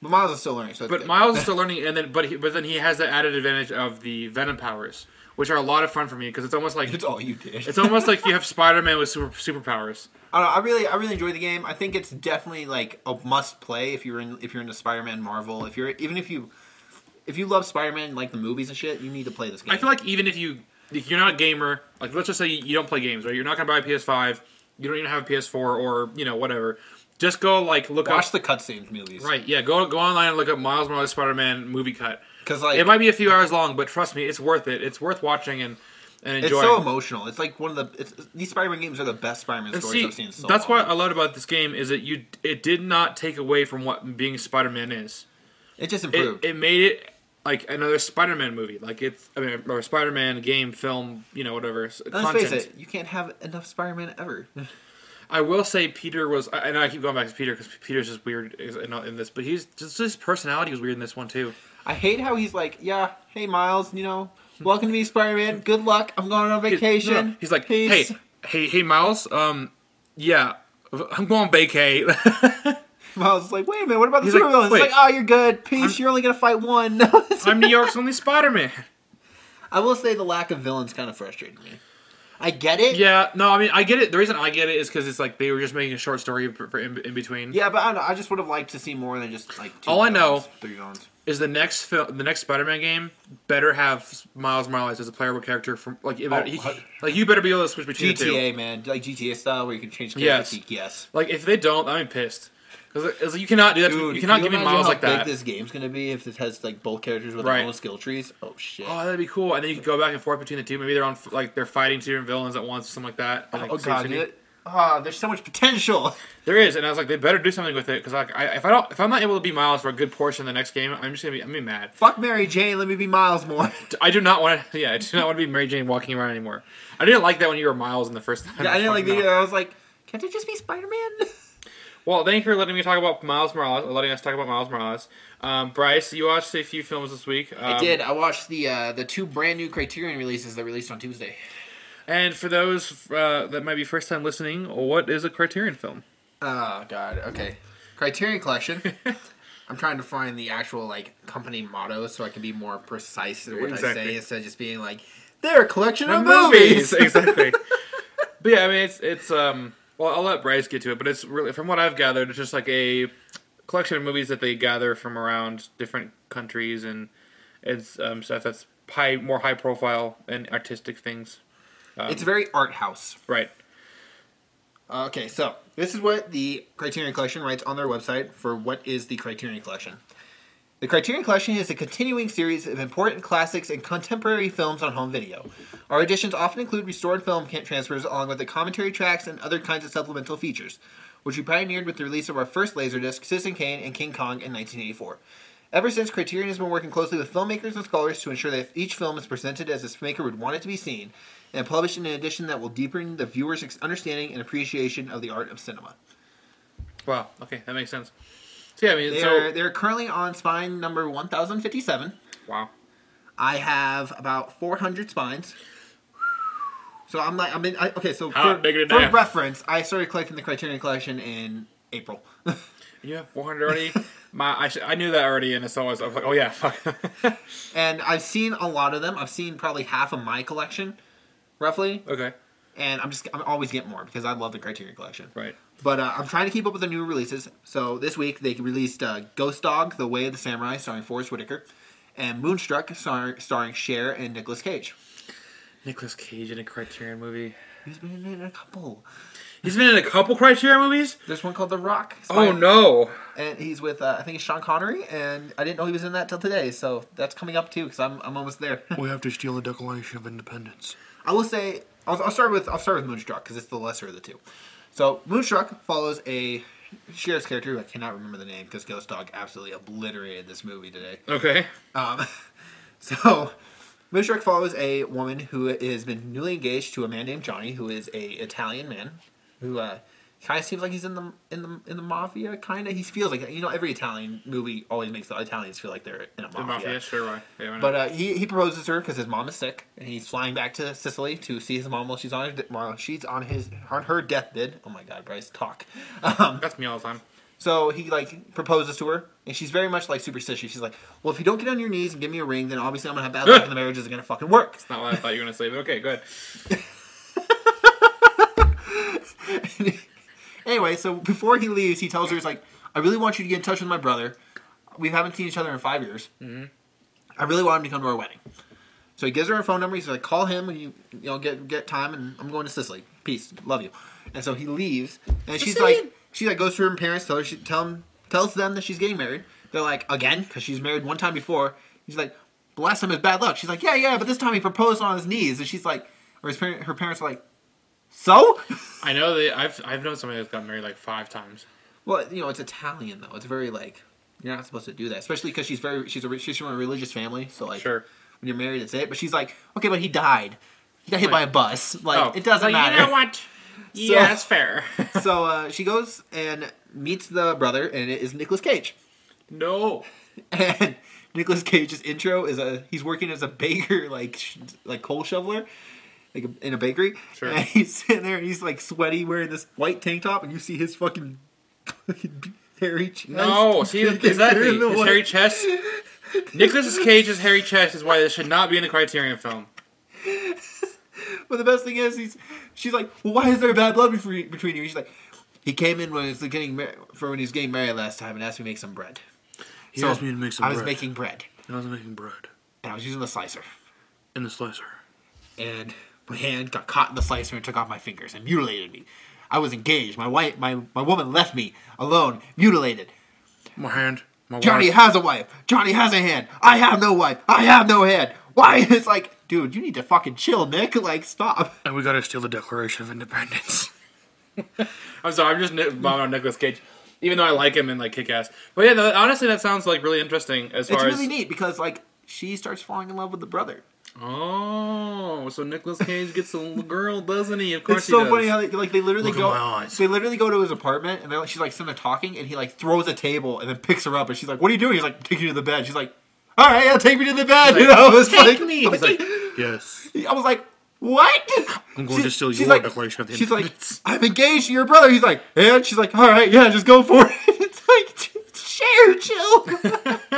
Speaker 2: but Miles is still learning. So it's
Speaker 1: But
Speaker 2: good.
Speaker 1: Miles is still learning, and then but he, but then he has the added advantage of the Venom powers, which are a lot of fun for me because it's almost like
Speaker 2: it's all you did.
Speaker 1: It's almost like you have Spider Man with super superpowers.
Speaker 2: I, don't know, I really, I really enjoyed the game. I think it's definitely like a must play if you're in, if you're into Spider-Man, Marvel. If you're even if you, if you love Spider-Man like the movies and shit, you need to play this game.
Speaker 1: I feel like even if you if you're not a gamer, like let's just say you don't play games, right? You're not gonna buy a PS5. You don't even have a PS4 or you know whatever. Just go like look
Speaker 2: watch
Speaker 1: up.
Speaker 2: the cutscenes movies,
Speaker 1: Right, yeah, go go online and look up Miles Morales Spider Man movie cut.
Speaker 2: Because like
Speaker 1: It might be a few hours long, but trust me, it's worth it. It's worth watching and and
Speaker 2: it's
Speaker 1: enjoying.
Speaker 2: so emotional. It's like one of the it's, these Spider-Man games are the best Spider-Man
Speaker 1: And
Speaker 2: stories
Speaker 1: see,
Speaker 2: I've seen. in So
Speaker 1: that's
Speaker 2: long.
Speaker 1: what I loved about this game is that you it did not take away from what being Spider Man is.
Speaker 2: it just improved.
Speaker 1: it, it made it like another Spider-Man movie, like it's I mean, or Spider-Man game, film, you know, whatever. s-
Speaker 2: And Let's
Speaker 1: content.
Speaker 2: face it, you can't have enough Spider-Man ever.
Speaker 1: I will say Peter was, I- and I keep going back to Peter because Peter's just weird is- in, in this, but he's just his personality was weird in this one too.
Speaker 2: I hate how he's like, yeah, hey Miles, you know, welcome to be Spider-Man. Good luck. I'm going on
Speaker 1: He's-
Speaker 2: vacation.
Speaker 1: no, he's like,
Speaker 2: Peace."
Speaker 1: hey, hey, hey, Miles, um, yeah, I'm going vacay.
Speaker 2: Miles is like, wait a minute, what about the
Speaker 1: He's like,
Speaker 2: supervillains? He's
Speaker 1: "Wait,
Speaker 2: like, oh, you're good. Peace. you're only gonna fight one.
Speaker 1: I'm New York's only Spider-Man.
Speaker 2: I will say the lack of villains kind of frustrated me. I get it.
Speaker 1: Yeah, no, I mean I get it. The reason I get it is because it's like they were just making a short story for, for in, in between.
Speaker 2: Yeah, but I don't know. I just would have liked to see more than just like two
Speaker 1: All I know-
Speaker 2: villains, three villains.
Speaker 1: is the next film, the next Spider-Man game better have Miles Morales as a playable character from like it better-
Speaker 2: Oh,
Speaker 1: he-
Speaker 2: what?
Speaker 1: like you better be able to switch between the two.
Speaker 2: GTA, man, like GTA style where you can change
Speaker 1: Yes.
Speaker 2: characters. Yes.
Speaker 1: Like if they don't, I'm pissed because you cannot do that. to- you cannot
Speaker 2: can
Speaker 1: give me
Speaker 2: imagine
Speaker 1: Miles
Speaker 2: how
Speaker 1: like that.
Speaker 2: Big this game's gonna be if it has like both characters with
Speaker 1: Right.
Speaker 2: their own skill trees. Oh shit.
Speaker 1: Oh, that'd be cool. And then you could go back and forth between the two. Maybe they're on f- like they're fighting two different villains at once or something like that. And, like,
Speaker 2: oh
Speaker 1: Save
Speaker 2: god,
Speaker 1: City.
Speaker 2: dude. Ah, there's so much potential.
Speaker 1: There is, and I was like, they better do something with it because like I, if I don't, if I'm not able to be Miles for a good portion of the next game, I'm just gonna be, I'm gonna be mad.
Speaker 2: Fuck Mary Jane. Let me be Miles more.
Speaker 1: I do not want to. Yeah, I do not want to be Mary Jane walking around anymore. I didn't like that when you were Miles in the first time.
Speaker 2: I didn't like
Speaker 1: Fucking
Speaker 2: the. uh, I was like, can't I just be Spider Man?
Speaker 1: Well, thank you for letting me talk about Miles Morales. Letting us talk about Miles Morales. Um, Bryce, you watched a few films this week. Um,
Speaker 2: I did. I watched the uh, the two brand new Criterion releases that released on Tuesday.
Speaker 1: And for those uh, that might be first time
Speaker 2: Ah,
Speaker 1: listening, what is a Criterion film?
Speaker 2: Oh God. Okay. Criterion Collection. I'm trying to find the actual like company motto so I can be more precise in what I
Speaker 1: Exactly.
Speaker 2: say instead of just being like they're a collection
Speaker 1: The
Speaker 2: of movies.
Speaker 1: exactly. but yeah, I mean, it's it's um. Well, I'll let Bryce get to it, but it's really from what I've gathered, it's just like a collection of movies that they gather from around different countries and it's um, stuff that's high, more high profile and artistic things.
Speaker 2: it's very art house.
Speaker 1: Right.
Speaker 2: Okay, so this is what the Criterion Collection writes on their website for what is the Criterion Collection. The Criterion Collection is a continuing series of important classics and contemporary films on home video. Our editions often include restored film can- transfers along with the commentary tracks and other kinds of supplemental features, which we pioneered with the release of our first Laserdisc, Citizen Kane and King Kong in 1984. Ever since, Criterion has been working closely with filmmakers and scholars to ensure that each film is presented as its maker would want it to be seen, and published in an edition that will deepen the viewer's ex- understanding and appreciation of the art of cinema.
Speaker 1: Wow. Okay, that makes sense. So yeah, I mean,
Speaker 2: They
Speaker 1: so
Speaker 2: are, they're currently on spine number 1057.
Speaker 1: wow.
Speaker 2: I have about 400 spines. So I'm like, I'm in, I, okay, so
Speaker 1: Hot
Speaker 2: for,
Speaker 1: diggity
Speaker 2: for
Speaker 1: damn.
Speaker 2: reference, I started collecting the Criterion Collection in April.
Speaker 1: You have 400 already. My, I, should, I knew that already, and it's always I was like, oh yeah, fuck.
Speaker 2: and I've seen a lot of them. I've seen probably half of my collection, roughly.
Speaker 1: okay.
Speaker 2: And I'm just, I'm always getting more because I love the Criterion Collection.
Speaker 1: Right.
Speaker 2: But uh, I'm trying to keep up with the new releases. So this week they released uh, Ghost Dog: The Way of the Samurai, starring Forrest Whitaker, and Moonstruck, star- starring Cher and Nicolas Cage.
Speaker 1: Nicolas Cage in a Criterion movie.
Speaker 2: He's been in a couple.
Speaker 1: He's been in a couple Criterion movies.
Speaker 2: There's one called The Rock.
Speaker 1: Oh no.
Speaker 2: And he's with uh, I think it's Sean Connery, and I didn't know he was in that till today. So that's coming up too because I'm I'm almost there.
Speaker 3: We have to steal the Declaration of Independence.
Speaker 2: I will say I'll, I'll start with I'll start with Moonstruck because it's the lesser of the two. So Moonstruck follows a Cher's character who I cannot remember the name because Ghost Dog absolutely obliterated this movie today.
Speaker 1: Okay.
Speaker 2: Um, so, Moonstruck follows a woman who has been newly engaged to a man named Johnny, who is a Italian man, who uh, kind of seems like he's in the in the in the mafia. Kind of, he feels like you know every Italian movie always makes the Italians feel like they're in a
Speaker 1: The
Speaker 2: mafia.
Speaker 1: Mafia, sure. Why? Oh, Yeah, why not?
Speaker 2: But uh, he he proposes to her because his mom is sick, and he's flying back to Sicily to see his mom while she's on her, while she's on his on her deathbed. Oh my God, Bryce, talk. Um,
Speaker 1: That's me all the time.
Speaker 2: so he like proposes to her, and she's very much like superstitious. She's like, "Well, if you don't get on your knees and give me a ring, then obviously I'm gonna have bad luck, and the marriage isn't gonna fucking work."
Speaker 1: Not what I thought you were gonna say, but okay, good.
Speaker 2: anyway, so before he leaves, he tells her, "He's like, I really want you to get in touch with my brother. We haven't seen each other in five years. Mm-hmm. I really want him to come to our wedding." So he gives her her phone number. He's like, "Call him when you you know get get time, and I'm going to Sicily. Peace, love you." And so he leaves, and she's
Speaker 1: Sicily.
Speaker 2: like, she like goes to her parents, tell her she tell 'em- tells them that she's getting married. They're like, again, because she's married one time before. He's like, "The last time is bad luck. She's like, yeah, yeah, but this time he proposed on his knees, and she's like, or his parent, her parents are like, so.
Speaker 1: I know that I've I've known somebody that's gotten married like five times.
Speaker 2: Well, you know, it's Italian though. It's very like you're not supposed to do that, especially because she's very she's a re- she's from a religious family. So like,
Speaker 1: Sure.
Speaker 2: when you're married, it's it. But she's like, okay, but he died. He got hit by a bus. Like
Speaker 1: Oh,
Speaker 2: it
Speaker 1: well,
Speaker 2: doesn't matter.
Speaker 1: You know what? yeah, that's fair.
Speaker 2: so uh, she goes and meets the brother, and it is Nicolas Cage.
Speaker 1: no.
Speaker 2: And Nicolas Cage's intro is a he's working as a baker, like sh- like coal shoveler, like a, in a bakery.
Speaker 1: Sure.
Speaker 2: And he's sitting there and he's like sweaty, wearing this white tank top, and you see his fucking, fucking hairy chest.
Speaker 1: No, see
Speaker 2: peeking through
Speaker 1: exactly.
Speaker 2: the
Speaker 1: His
Speaker 2: white-
Speaker 1: hairy chest. Nicholas Cage's hairy chest is why this should not be in the Criterion film.
Speaker 2: But the best thing is, he's she's like, well, why is there bad blood between between you? She's like, he came in when he was getting mar- for when he was getting married last time and asked me to make some bread.
Speaker 3: He asked me to make some
Speaker 2: I was
Speaker 3: bread.
Speaker 2: making bread
Speaker 3: And I was making bread
Speaker 2: and I was using the slicer,
Speaker 3: in the slicer.
Speaker 2: and my hand got caught in the slicer and took off my fingers and mutilated me. I was engaged. My wife, my my woman, left me alone, mutilated.
Speaker 3: My hand, my
Speaker 2: Johnny
Speaker 3: wife.
Speaker 2: has a wife. Johnny has a hand. I have no wife. I have no hand. Why? It's like, dude, you need to fucking chill, Nick. Like, stop.
Speaker 3: And we gotta steal the Declaration of Independence.
Speaker 1: I'm sorry, I'm just ni- bombing on Nicholas Cage, even though I like him and like kick ass. But yeah, no, honestly, that sounds like really interesting as
Speaker 2: It's
Speaker 1: far
Speaker 2: really
Speaker 1: as
Speaker 2: neat because like she starts falling in love with the brother.
Speaker 1: oh, so Nicholas Cage gets a little girl, doesn't he? Of course,
Speaker 2: It's
Speaker 1: he
Speaker 2: so
Speaker 1: does.
Speaker 2: funny how they like they literally
Speaker 3: Look in
Speaker 2: go.
Speaker 3: my eyes.
Speaker 2: They literally go to his apartment and they're like, she's like sitting there talking, and he like throws a table and then picks her up, and she's like, "What are you doing?" He's like, "Taking you to the bed." She's like, "All right, yeah, take me to the bed." you
Speaker 1: like,
Speaker 2: know, it's
Speaker 1: "Take
Speaker 2: like,
Speaker 1: me." He's like,
Speaker 3: yes.
Speaker 2: I was like, "What?"
Speaker 3: I'm going to steal
Speaker 2: she's
Speaker 3: your
Speaker 2: like,
Speaker 3: Declaration of
Speaker 2: She's like,
Speaker 3: Independence.
Speaker 2: "I'm engaged to your brother." He's like, "And?" She's like, "All right, yeah, just go for it." It's like, share, chill.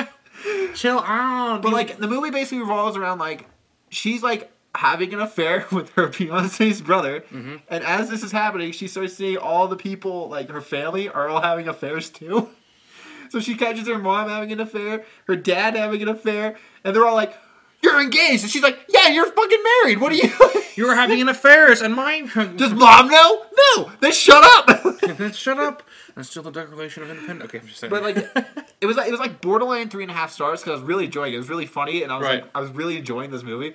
Speaker 1: chill out.
Speaker 2: But
Speaker 1: dude.
Speaker 2: like the movie basically revolves around like she's like having an affair with her fiance's brother, and as this is happening, she starts seeing all the people like her family are all having affairs too. So she catches her mom having an affair, her dad having an affair, and they're all like, "You're engaged," and she's like, "Yeah, you're fucking married. What are you?"
Speaker 1: you were having an affair, and mine.
Speaker 2: Does mom know? No. Then shut up.
Speaker 1: Shut up. That's still the Declaration of Independence. Okay, I'm just saying.
Speaker 2: But like, it was like it was like borderline three and a half stars because I was really enjoying it. It was really funny, and I was
Speaker 1: Right.
Speaker 2: like, I was really enjoying this movie.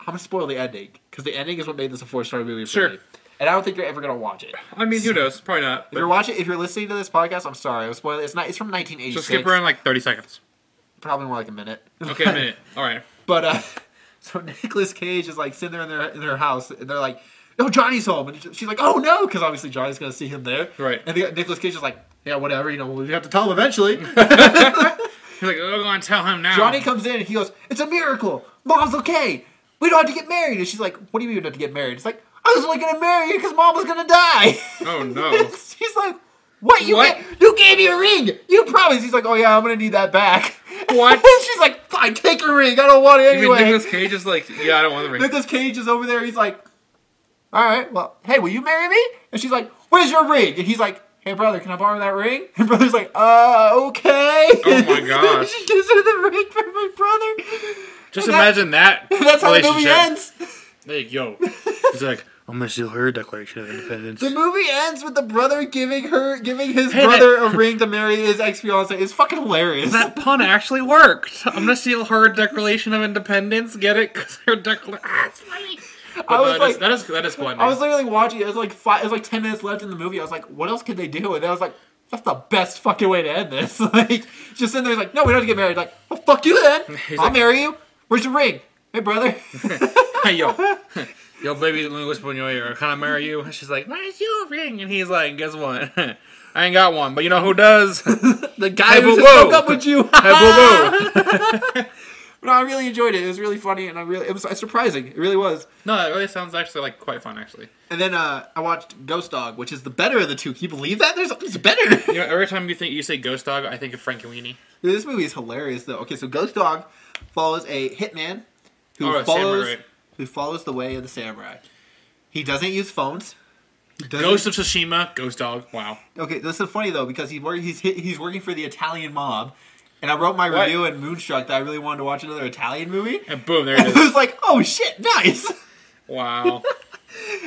Speaker 2: I'm gonna spoil the ending because the ending is what made this a four star movie. For
Speaker 1: Sure.
Speaker 2: me. And I don't think you're ever gonna watch it.
Speaker 1: I mean, who knows? Probably not.
Speaker 2: If
Speaker 1: But
Speaker 2: you're watching, if you're listening to this podcast, I'm sorry, I'm spoiling. It's not. It's from 1986.
Speaker 1: just skip around like 30 seconds.
Speaker 2: Probably more like a minute.
Speaker 1: Okay, a minute. All right.
Speaker 2: But uh, so Nicolas Cage is like sitting there in their in their house, and they're like, "No, Johnny's home," and she's like, "Oh no," because obviously Johnny's gonna see him there.
Speaker 1: Right.
Speaker 2: And the, Nicolas Cage is like, "Yeah, whatever. You know, we have to tell him eventually."
Speaker 1: He's like, oh, go and tell him now.
Speaker 2: Johnny comes in and he goes, "It's a miracle. Mom's okay. We don't have to get married." And she's like, "What do you mean you don't have to get married?" It's like, "I was only gonna marry you because mom was gonna die."
Speaker 1: Oh, no.
Speaker 2: she's like, "What? You
Speaker 1: What?
Speaker 2: Gave, you gave me a ring. You promised." He's like, "Oh yeah, I'm gonna need that back."
Speaker 1: What?
Speaker 2: she's like, "Fine, take your ring. I don't want it
Speaker 1: You mean
Speaker 2: anyway."
Speaker 1: Nicolas Cage is like, yeah, I don't want the ring.
Speaker 2: Nicholas Cage is over there. He's like, "All right, well, hey, will you marry me?" And she's like, "Where's your ring?" And he's like, "Hey, brother, can I borrow that ring?" And brother's like, "Uh, okay."
Speaker 1: Oh my gosh.
Speaker 2: she gives her the ring from my brother.
Speaker 1: Just
Speaker 2: And that-
Speaker 1: imagine that.
Speaker 2: That's how the movie
Speaker 1: relationship.
Speaker 2: ends.
Speaker 1: Like, yo.
Speaker 3: He's like, I'm gonna steal her Declaration of Independence.
Speaker 2: The movie ends with the brother giving her, giving his
Speaker 1: Hey,
Speaker 2: brother a ring to marry his ex fiance. It's fucking hilarious.
Speaker 1: That pun actually worked. I'm gonna steal her Declaration of Independence. Get it? Because her declaration. Ah, it's funny.
Speaker 2: I was
Speaker 1: But that is-
Speaker 2: like-
Speaker 1: that is that is fun.
Speaker 2: I was literally watching. It was like five. It was like ten minutes left in the movie. I was like, what else could they do? And I was like, that's the best fucking way to end this. like, just in there, he's like, no, we don't have to get married. Like, well, fuck you then.
Speaker 1: He's
Speaker 2: I'll
Speaker 1: like-
Speaker 2: marry you. Where's your ring? Hey, brother.
Speaker 1: Hey, yo. Yo, baby, let me whisper in your ear. Can I marry you? And she's like, where's your ring? And he's like, guess what? I ain't got one, but you know who does?
Speaker 2: the guy
Speaker 1: boo-boo.
Speaker 2: who just broke up with you.
Speaker 1: Hey, boo boo.
Speaker 2: no, I really enjoyed it. It was really funny, and I really it was surprising. It really was.
Speaker 1: No, that really sounds actually like quite fun, actually.
Speaker 2: And then uh, I watched Ghost Dog, which is the better of the two. Can you believe that? There's it's better.
Speaker 1: You know, every time you think you say ghost dog, I think of Frank Weenie.
Speaker 2: Dude, this movie is hilarious though. Okay, so Ghost Dog follows a hitman who
Speaker 1: Oh, a
Speaker 2: follows
Speaker 1: samurai.
Speaker 2: who follows the way of the samurai. He doesn't use phones. He doesn't-
Speaker 1: Ghost of Tsushima, ghost dog. Wow.
Speaker 2: Okay, this is funny though because he work, he's hit, he's working for the Italian mob, and I wrote my
Speaker 1: Right.
Speaker 2: review in Moonstruck that I really wanted to watch another Italian movie.
Speaker 1: And boom, there
Speaker 2: And
Speaker 1: it
Speaker 2: it
Speaker 1: is.
Speaker 2: was like, oh shit, nice.
Speaker 1: Wow.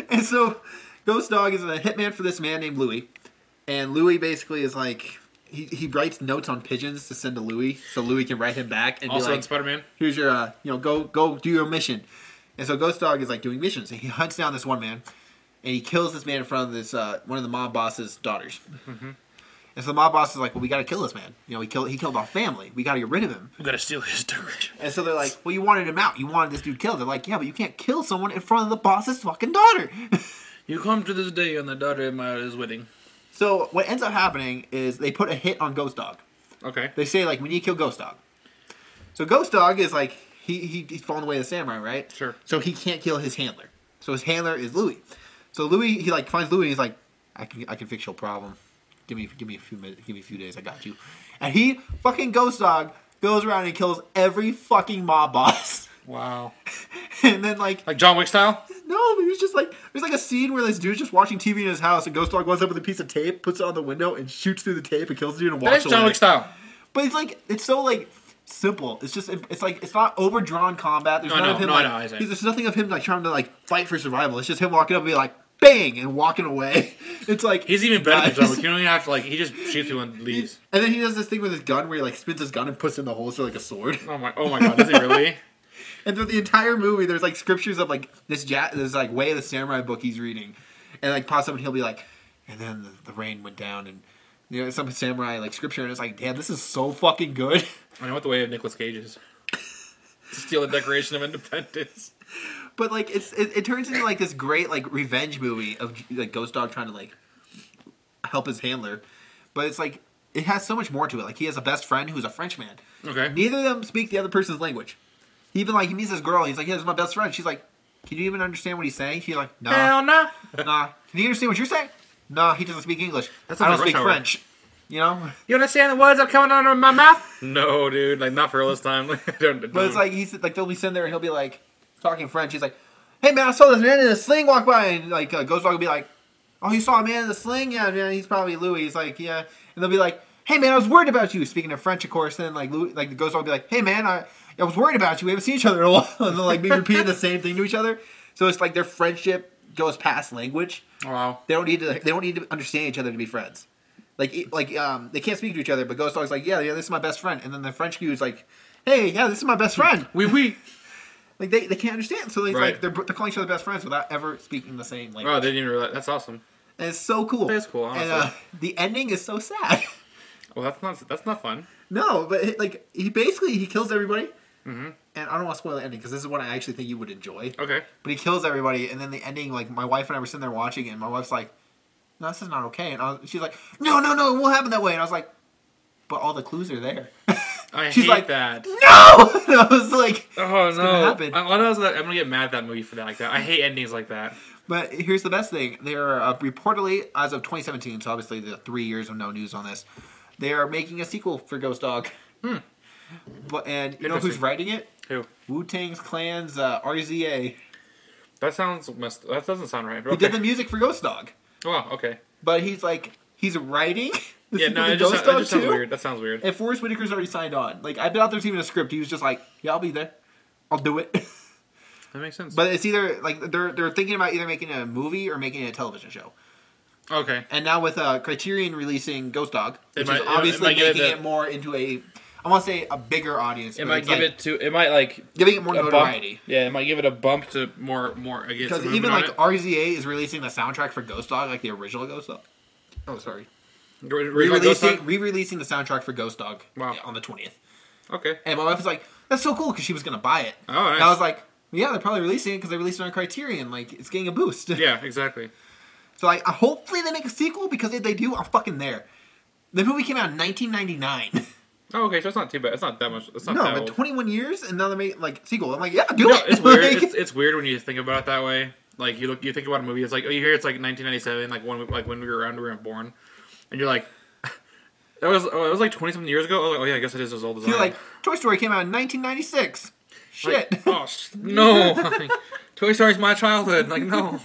Speaker 2: And so, Ghost Dog is a hitman for this man named Louis, and Louis basically is like he, he writes notes on pigeons to send to Louis so Louis can write him back and be
Speaker 1: Also
Speaker 2: like,
Speaker 1: in Spider Man.
Speaker 2: here's your uh, you know go go do your mission and so ghost dog is like doing missions and he hunts down this one man and he kills this man in front of this uh, one of the mob boss's daughters and so the mob boss is like well we gotta kill this man you know he killed he killed our family we gotta get rid of him
Speaker 1: We gotta steal his decoration.
Speaker 2: and so they're like well you wanted him out you wanted this dude killed they're like yeah but you can't kill someone in front of the boss's fucking daughter
Speaker 1: You come to this day on the daughter of my is wedding.
Speaker 2: so what ends up happening is they put a hit on ghost dog
Speaker 1: Okay.
Speaker 2: they say like we need to kill Ghost Dog. So Ghost Dog is like he, he he's fallen away to the samurai, right?
Speaker 1: Sure.
Speaker 2: So he can't kill his handler. So his handler is Louis. So Louis he like finds Louis and he's like, I can I can fix your problem. Give me give me a few minutes, give me a few days, I got you. And he fucking Ghost Dog goes around and kills every fucking mob boss.
Speaker 1: Wow.
Speaker 2: and then like
Speaker 1: Like John Wick style?
Speaker 2: no, but he was just like there's like a scene where this dude's just watching TV in his house and Ghost Dog runs up with a piece of tape, puts it on the window, and shoots through the tape and kills the dude and
Speaker 1: That is
Speaker 2: walks
Speaker 1: John
Speaker 2: away.
Speaker 1: Wick style.
Speaker 2: But it's like it's so like simple. It's just it's like it's not overdrawn combat. There's
Speaker 1: No,
Speaker 2: none
Speaker 1: no,
Speaker 2: of him
Speaker 1: no,
Speaker 2: like
Speaker 1: no, I see.
Speaker 2: there's nothing of him like trying to like fight for survival. It's just him walking up and be like bang and walking away. It's like
Speaker 1: He's even better than John
Speaker 2: Nice.
Speaker 1: Wick. You don't even have to, like, he just shoots you and leaves.
Speaker 2: And then he does this thing with his gun where he like spins his gun and puts it in the holster like a sword.
Speaker 1: Oh my, oh my god, does he really?
Speaker 2: And through the entire movie, there's like scriptures of like this ja- this like way of the samurai book he's reading, and like pops up and he'll be like, and then the, the rain went down and you know some samurai like scripture and it's like damn this is so fucking good.
Speaker 1: I know what the way of Nicolas Cage is. To steal the Declaration of Independence.
Speaker 2: But like it's it, it turns into like this great like revenge movie of like Ghost Dog trying to like help his handler, but it's like it has so much more to it. Like he has a best friend who's a Frenchman.
Speaker 1: Okay.
Speaker 2: Neither of them speak the other person's language. He even like he meets this girl. He's like, "Yeah, this is my best friend." She's like, "Can you even understand what he's saying?" She's like, "Nah,
Speaker 1: no.
Speaker 2: nah." Can you understand what you're saying? Nah, he doesn't speak English.
Speaker 1: That
Speaker 2: I
Speaker 1: sounds
Speaker 2: don't
Speaker 1: like
Speaker 2: speak
Speaker 1: Rush Hour.
Speaker 2: French. you know?
Speaker 1: You understand the words that are coming out of my mouth? No, dude. Like not for real this time. Like, don't-
Speaker 2: But it's like he's like they'll be sitting there and he'll be like talking French. He's like, "Hey man, I saw this man in a sling walk by," and like uh, Ghost Dog will be like, "Oh, you saw a man in the sling? Yeah, man, he's probably Louis." He's like, "Yeah," and they'll be like, "Hey man, I was worried about you." Speaking of French, of course. Then like Louis, like the Ghost Dog will be like, "Hey man, I I was worried about you. We haven't seen each other in a while," and they'll like be repeating the same thing to each other. So it's like their friendship goes past language.
Speaker 1: wow.
Speaker 2: They don't need to. They don't need to understand each other to be friends. Like e- like um, they can't speak to each other. But Ghost Dog's like, yeah, yeah, this is my best friend. And then the French dude's like, hey, yeah, this is my best friend.
Speaker 1: We we.
Speaker 2: Like they, they can't understand. So it's
Speaker 1: Right.
Speaker 2: like they're, they're calling each other best friends without ever speaking the same language.
Speaker 1: Oh, I didn't even realize. That's awesome.
Speaker 2: and it's so cool.
Speaker 1: That is cool,
Speaker 2: And uh,
Speaker 1: honestly.
Speaker 2: the ending is so sad.
Speaker 1: Well, that's not that's not fun.
Speaker 2: no, but it, like he basically he kills everybody.
Speaker 1: Mm-hmm.
Speaker 2: And I don't want to spoil the ending because this is what I actually think you would enjoy.
Speaker 1: Okay.
Speaker 2: But he kills everybody, and then the ending, like my wife and I were sitting there watching it, and my wife's like, "No, this is not okay." And I was, she's like, "No, no, no, it will happen that way." And I was like, "But all the clues are there."
Speaker 1: I
Speaker 2: She's
Speaker 1: hate
Speaker 2: like-
Speaker 1: that.
Speaker 2: no, and I was like,
Speaker 1: Oh
Speaker 2: gonna
Speaker 1: no!
Speaker 2: happen.
Speaker 1: I, I know that I'm gonna get mad at that movie for that. Like that. I hate endings like that.
Speaker 2: But here's the best thing: they are uh, reportedly, as of 2017, so obviously the three years of no news on this, they are making a sequel for Ghost Dog. Hmm. But and you know who's
Speaker 1: Interesting.
Speaker 2: writing it?
Speaker 1: Who?
Speaker 2: Wu Tang's Clan's uh, RZA,
Speaker 1: That sounds messed. That doesn't sound right.
Speaker 2: who
Speaker 1: But okay.
Speaker 2: did the music for Ghost Dog.
Speaker 1: Wow. Okay.
Speaker 2: But he's like, he's writing. The
Speaker 1: Yeah.
Speaker 2: sequel
Speaker 1: No.
Speaker 2: to
Speaker 1: It just,
Speaker 2: Ghost
Speaker 1: that
Speaker 2: Dog
Speaker 1: just sounds
Speaker 2: 2?
Speaker 1: weird. That sounds weird.
Speaker 2: And Forrest Whitaker's already signed on. Like I doubt there's even a script. He was just like, "Yeah, I'll be there. I'll do it."
Speaker 1: That makes sense.
Speaker 2: but it's either like they're they're thinking about either making a movie or making a television show.
Speaker 1: okay.
Speaker 2: And now with uh, Criterion releasing Ghost Dog, which
Speaker 1: might-
Speaker 2: is
Speaker 1: it might-
Speaker 2: obviously
Speaker 1: it might give it
Speaker 2: making
Speaker 1: the-
Speaker 2: it more into a, I want to say a bigger audience.
Speaker 1: It
Speaker 2: but
Speaker 1: might
Speaker 2: it's
Speaker 1: give
Speaker 2: like
Speaker 1: it to. It might like
Speaker 2: giving it more
Speaker 1: a bump.
Speaker 2: notoriety.
Speaker 1: Yeah. It might give it a bump to more more. I guess
Speaker 2: Because
Speaker 1: movement
Speaker 2: even
Speaker 1: on
Speaker 2: like
Speaker 1: it.
Speaker 2: RZA is releasing the soundtrack for Ghost Dog, like the original Ghost Dog. Oh, sorry.
Speaker 1: Re- re- Ghost
Speaker 2: Re-releasing,
Speaker 1: Dog?
Speaker 2: re-releasing the soundtrack for Ghost Dog
Speaker 1: Wow.
Speaker 2: on the twentieth.
Speaker 1: Okay.
Speaker 2: And my wife was like, "That's so cool," because she was gonna buy it.
Speaker 1: Oh, nice.
Speaker 2: And I was like, "Yeah, they're probably releasing it because they released it on Criterion. Like, it's getting a boost."
Speaker 1: Yeah. Exactly.
Speaker 2: So like, I, hopefully they make a sequel because if they do, I'm fucking there. The movie came out in 1999.
Speaker 1: Oh, okay. So it's not too bad. It's not that much. It's not
Speaker 2: no,
Speaker 1: that
Speaker 2: but
Speaker 1: old.
Speaker 2: 21 years, and now they make like sequel. I'm like, yeah, do
Speaker 1: No,
Speaker 2: it.
Speaker 1: it's weird.
Speaker 2: Like,
Speaker 1: it's, it's weird when you think about it that way. Like you look, you think about a movie. It's like oh, you hear it's like 1997, like when we- like when we were around, we weren't born, and you're like, that was oh, that was like 20 something years ago. Oh, like, oh, yeah, I guess it is as old as I
Speaker 2: you're
Speaker 1: am.
Speaker 2: like, Toy Story came out in 1996. Shit.
Speaker 1: Like, oh sh- no, like, Toy Story's my childhood. Like no,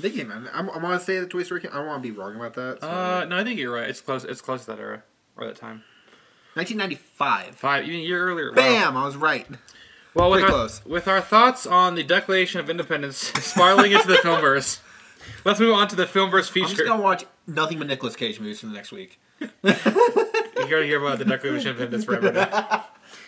Speaker 2: they came out. I'm, I'm gonna say that Toy Story came. I don't want to be wrong about that. so-
Speaker 1: uh, no, I think you're right. It's close. It's close to that era or that time.
Speaker 2: 1995.
Speaker 1: Five, even a year earlier. Wow.
Speaker 2: Bam! I was right.
Speaker 1: Well, with
Speaker 2: Pretty
Speaker 1: our,
Speaker 2: close.
Speaker 1: with our thoughts on the Declaration of Independence spiraling into the filmverse, let's move on to the filmverse
Speaker 2: I'm just
Speaker 1: feature.
Speaker 2: gonna watch nothing but Nicolas Cage movies for the next week.
Speaker 1: You're gonna hear about the Declaration of Independence forever now.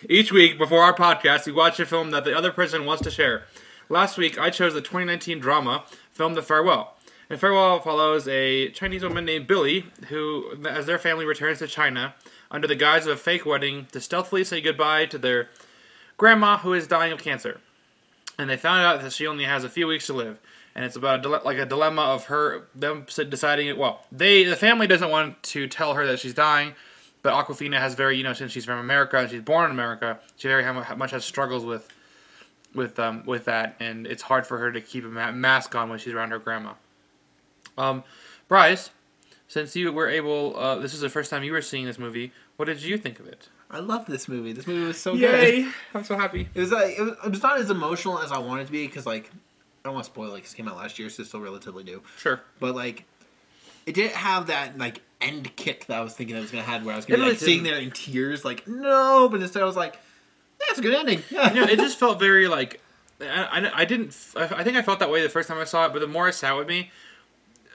Speaker 1: Each week before our podcast, we watch a film that the other person wants to share. Last week, I chose the 2019 drama film The Farewell. And Farewell follows a Chinese woman named Billy, who, as their family returns to China under the guise of a fake wedding, to stealthily say goodbye to their grandma, who is dying of cancer. And they found out that she only has a few weeks to live. And it's about a dile- like a dilemma of her them s- deciding it. Well, they the family doesn't want to tell her that she's dying, but Aquafina has very you know since she's from America and she's born in America, she very ha- ha- much has struggles with with um with that, and it's hard for her to keep a ma- mask on when she's around her grandma. Um, Bryce, since you were able, uh, this is the first time you were seeing this movie. What did you think of it?
Speaker 2: I love this movie. This movie was so good.
Speaker 1: I'm so happy.
Speaker 2: It was, like, it was it was not as emotional as I wanted it to be because like I don't want to spoil it 'cause it came out last year, so it's still relatively new.
Speaker 1: Sure.
Speaker 2: But like, it didn't have that like end kick that I was thinking it was gonna have, where I was gonna
Speaker 1: It
Speaker 2: be
Speaker 1: really
Speaker 2: like, sitting
Speaker 1: didn't.
Speaker 2: there in tears, like no. But instead, I was like, that's a good ending.
Speaker 1: yeah, it just felt very like I, I, I didn't I, I think I felt that way the first time I saw it, but the more it sat with me,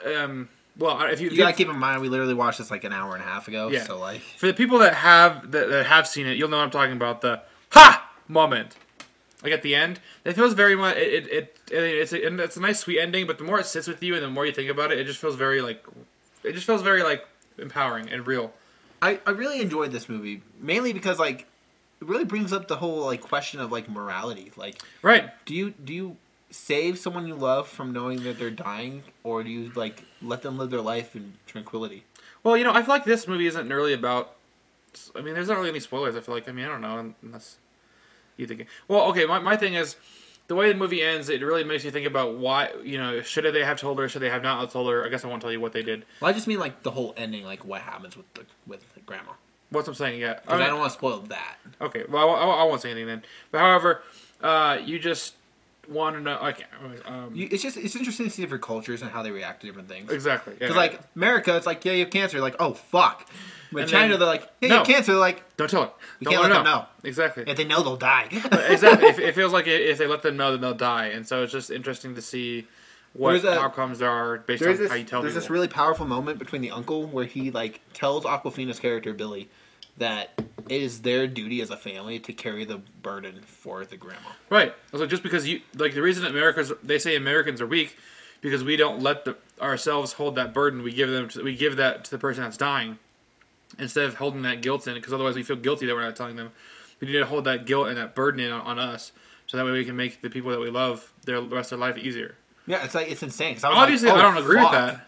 Speaker 1: um, well, if you,
Speaker 2: you gotta keep in mind we literally watched this like an hour and a half ago.
Speaker 1: Yeah.
Speaker 2: So like,
Speaker 1: for the people that have that, that have seen it, you'll know what I'm talking about the ha moment. Like at the end, it feels very much. It, it, it it's a, and it's a nice sweet ending, but the more it sits with you and the more you think about it, it just feels very like it just feels very like empowering and real.
Speaker 2: I I really enjoyed this movie mainly because like it really brings up the whole like question of like morality, like.
Speaker 1: Right.
Speaker 2: do you do you save someone you love from knowing that they're dying or do you like let them live their life in tranquility
Speaker 1: Well, you know, I feel like this movie isn't really about. I mean, there's not really any spoilers. I feel like. I mean, I don't know unless you think. Well, okay. My my thing is, the way the movie ends, it really makes you think about why you know should they have told her, should they have not told her. I guess I won't tell you what they did.
Speaker 2: Well, I just mean like the whole ending, like what happens with the with the grandma.
Speaker 1: What's I'm saying, yeah.
Speaker 2: 'Cause I don't want to spoil that.
Speaker 1: Okay, well, I, I- I won't say anything then. But however, uh, you just want to know. Okay, um,
Speaker 2: You, it's just it's interesting to see different cultures and how they react to different things.
Speaker 1: exactly. Yeah,
Speaker 2: Because like America, it's like yeah, you have cancer. Like oh fuck. But
Speaker 1: And
Speaker 2: China,
Speaker 1: then-
Speaker 2: they're like yeah,
Speaker 1: No.
Speaker 2: you have cancer. They're like
Speaker 1: don't tell her.
Speaker 2: We
Speaker 1: don't
Speaker 2: can't let
Speaker 1: her
Speaker 2: them know.
Speaker 1: Exactly.
Speaker 2: if they know, they'll die.
Speaker 1: exactly. It, it feels like it, if they let them know, then they'll die. And so it's just interesting to see what
Speaker 2: There's a-
Speaker 1: outcomes there are based on
Speaker 2: There's this,
Speaker 1: how you tell
Speaker 2: there's
Speaker 1: people.
Speaker 2: this really powerful moment between the uncle where he like tells Aquafina's character Billy that it is their duty as a family to carry the burden for the grandma.
Speaker 1: Right. So just because you like the reason Americans they say Americans are weak because we don't let the, ourselves hold that burden. We give them to, we give that to the person that's dying instead of holding that guilt in because otherwise we feel guilty that we're not telling them. We need to hold that guilt and that burden in on, on us so that way we can make the people that we love their the rest of their life easier.
Speaker 2: Yeah, it's like it's insane. 'Cause I was like,
Speaker 1: Obviously,
Speaker 2: oh,
Speaker 1: I don't agree
Speaker 2: fuck.
Speaker 1: with that.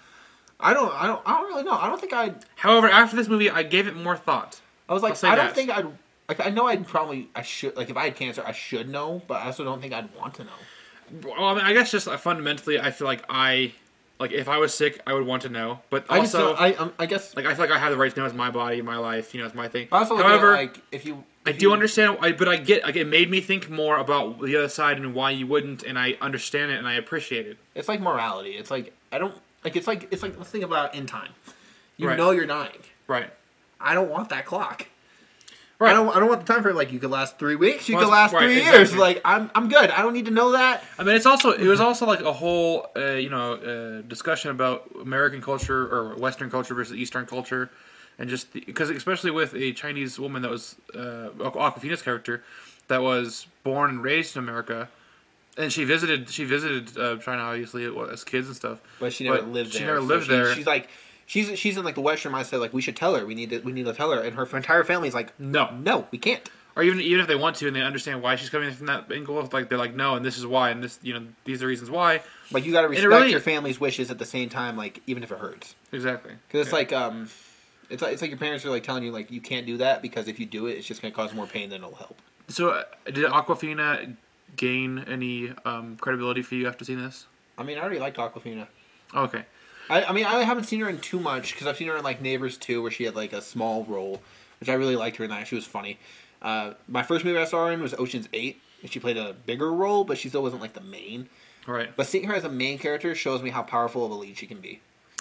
Speaker 2: I don't. I don't. I don't really know. I don't think I.
Speaker 1: However, after this movie, I gave it more thought.
Speaker 2: I was
Speaker 1: I'll
Speaker 2: like,
Speaker 1: say
Speaker 2: I don't
Speaker 1: that.
Speaker 2: think I'd. Like, I know I'd probably. I should. Like, if I had cancer, I should know, but I also don't think I'd want to know.
Speaker 1: Well, I, mean, I guess just uh, fundamentally, I feel like I like if I was sick, I would want to know. But
Speaker 2: I just.
Speaker 1: also,
Speaker 2: don't- I. um, I guess.
Speaker 1: like I feel like I have the right to know it's my body, my life, you know, it's my thing.
Speaker 2: I also. look at it
Speaker 1: However,
Speaker 2: like, if you.
Speaker 1: I
Speaker 2: if
Speaker 1: do
Speaker 2: you-
Speaker 1: understand, I, but I get like it made me think more about the other side and why you wouldn't, and I understand it and I appreciate it.
Speaker 2: It's like morality. It's like I don't like. It's like it's like let's think about in time. You
Speaker 1: Right.
Speaker 2: know you're dying.
Speaker 1: Right.
Speaker 2: I don't want that clock.
Speaker 1: Right.
Speaker 2: I don't. I don't want the time for it. Like you could last three weeks. You
Speaker 1: Well,
Speaker 2: could last
Speaker 1: right,
Speaker 2: three
Speaker 1: exactly.
Speaker 2: years. Like I'm. I'm good. I don't need to know that.
Speaker 1: I mean, it's also it was also like a whole uh, you know uh, discussion about American culture or Western culture versus Eastern culture, and just because especially with a Chinese woman that was uh, Aqu- Aquafina's character, that was born and raised in America, and she visited she visited uh, China obviously as kids and stuff,
Speaker 2: But she never lived there.
Speaker 1: She never
Speaker 2: so
Speaker 1: lived there.
Speaker 2: She's like, she's she's in like the Western mindset. Like we should tell her. We need to we need to tell her. And her entire family's like,
Speaker 1: No.
Speaker 2: no, we can't.
Speaker 1: or even even if they want to and they understand why she's coming from that angle, like they're like, no, and this is why, and this you know these are reasons why.
Speaker 2: Like you got to respect
Speaker 1: really-
Speaker 2: your family's wishes at the same time. Like even if it hurts,
Speaker 1: Exactly.
Speaker 2: because it's
Speaker 1: Yeah.
Speaker 2: like um, it's like, it's like your parents are like telling you like you can't do that because if you do it, it's just gonna cause more pain than it'll help.
Speaker 1: so. Uh, did Aquafina gain any um, credibility for you after seeing this? Oh,
Speaker 2: I mean, I already liked Aquafina.
Speaker 1: Okay.
Speaker 2: I, I mean, I haven't seen her in too much because I've seen her in like Neighbors too, where she had like a small role, which I really liked her in that. She was funny. Uh, my first movie I saw her in was Ocean's Eight, and she played a bigger role, but she still wasn't like the main.
Speaker 1: All right.
Speaker 2: But seeing her as a main character shows me how powerful of a lead she can be.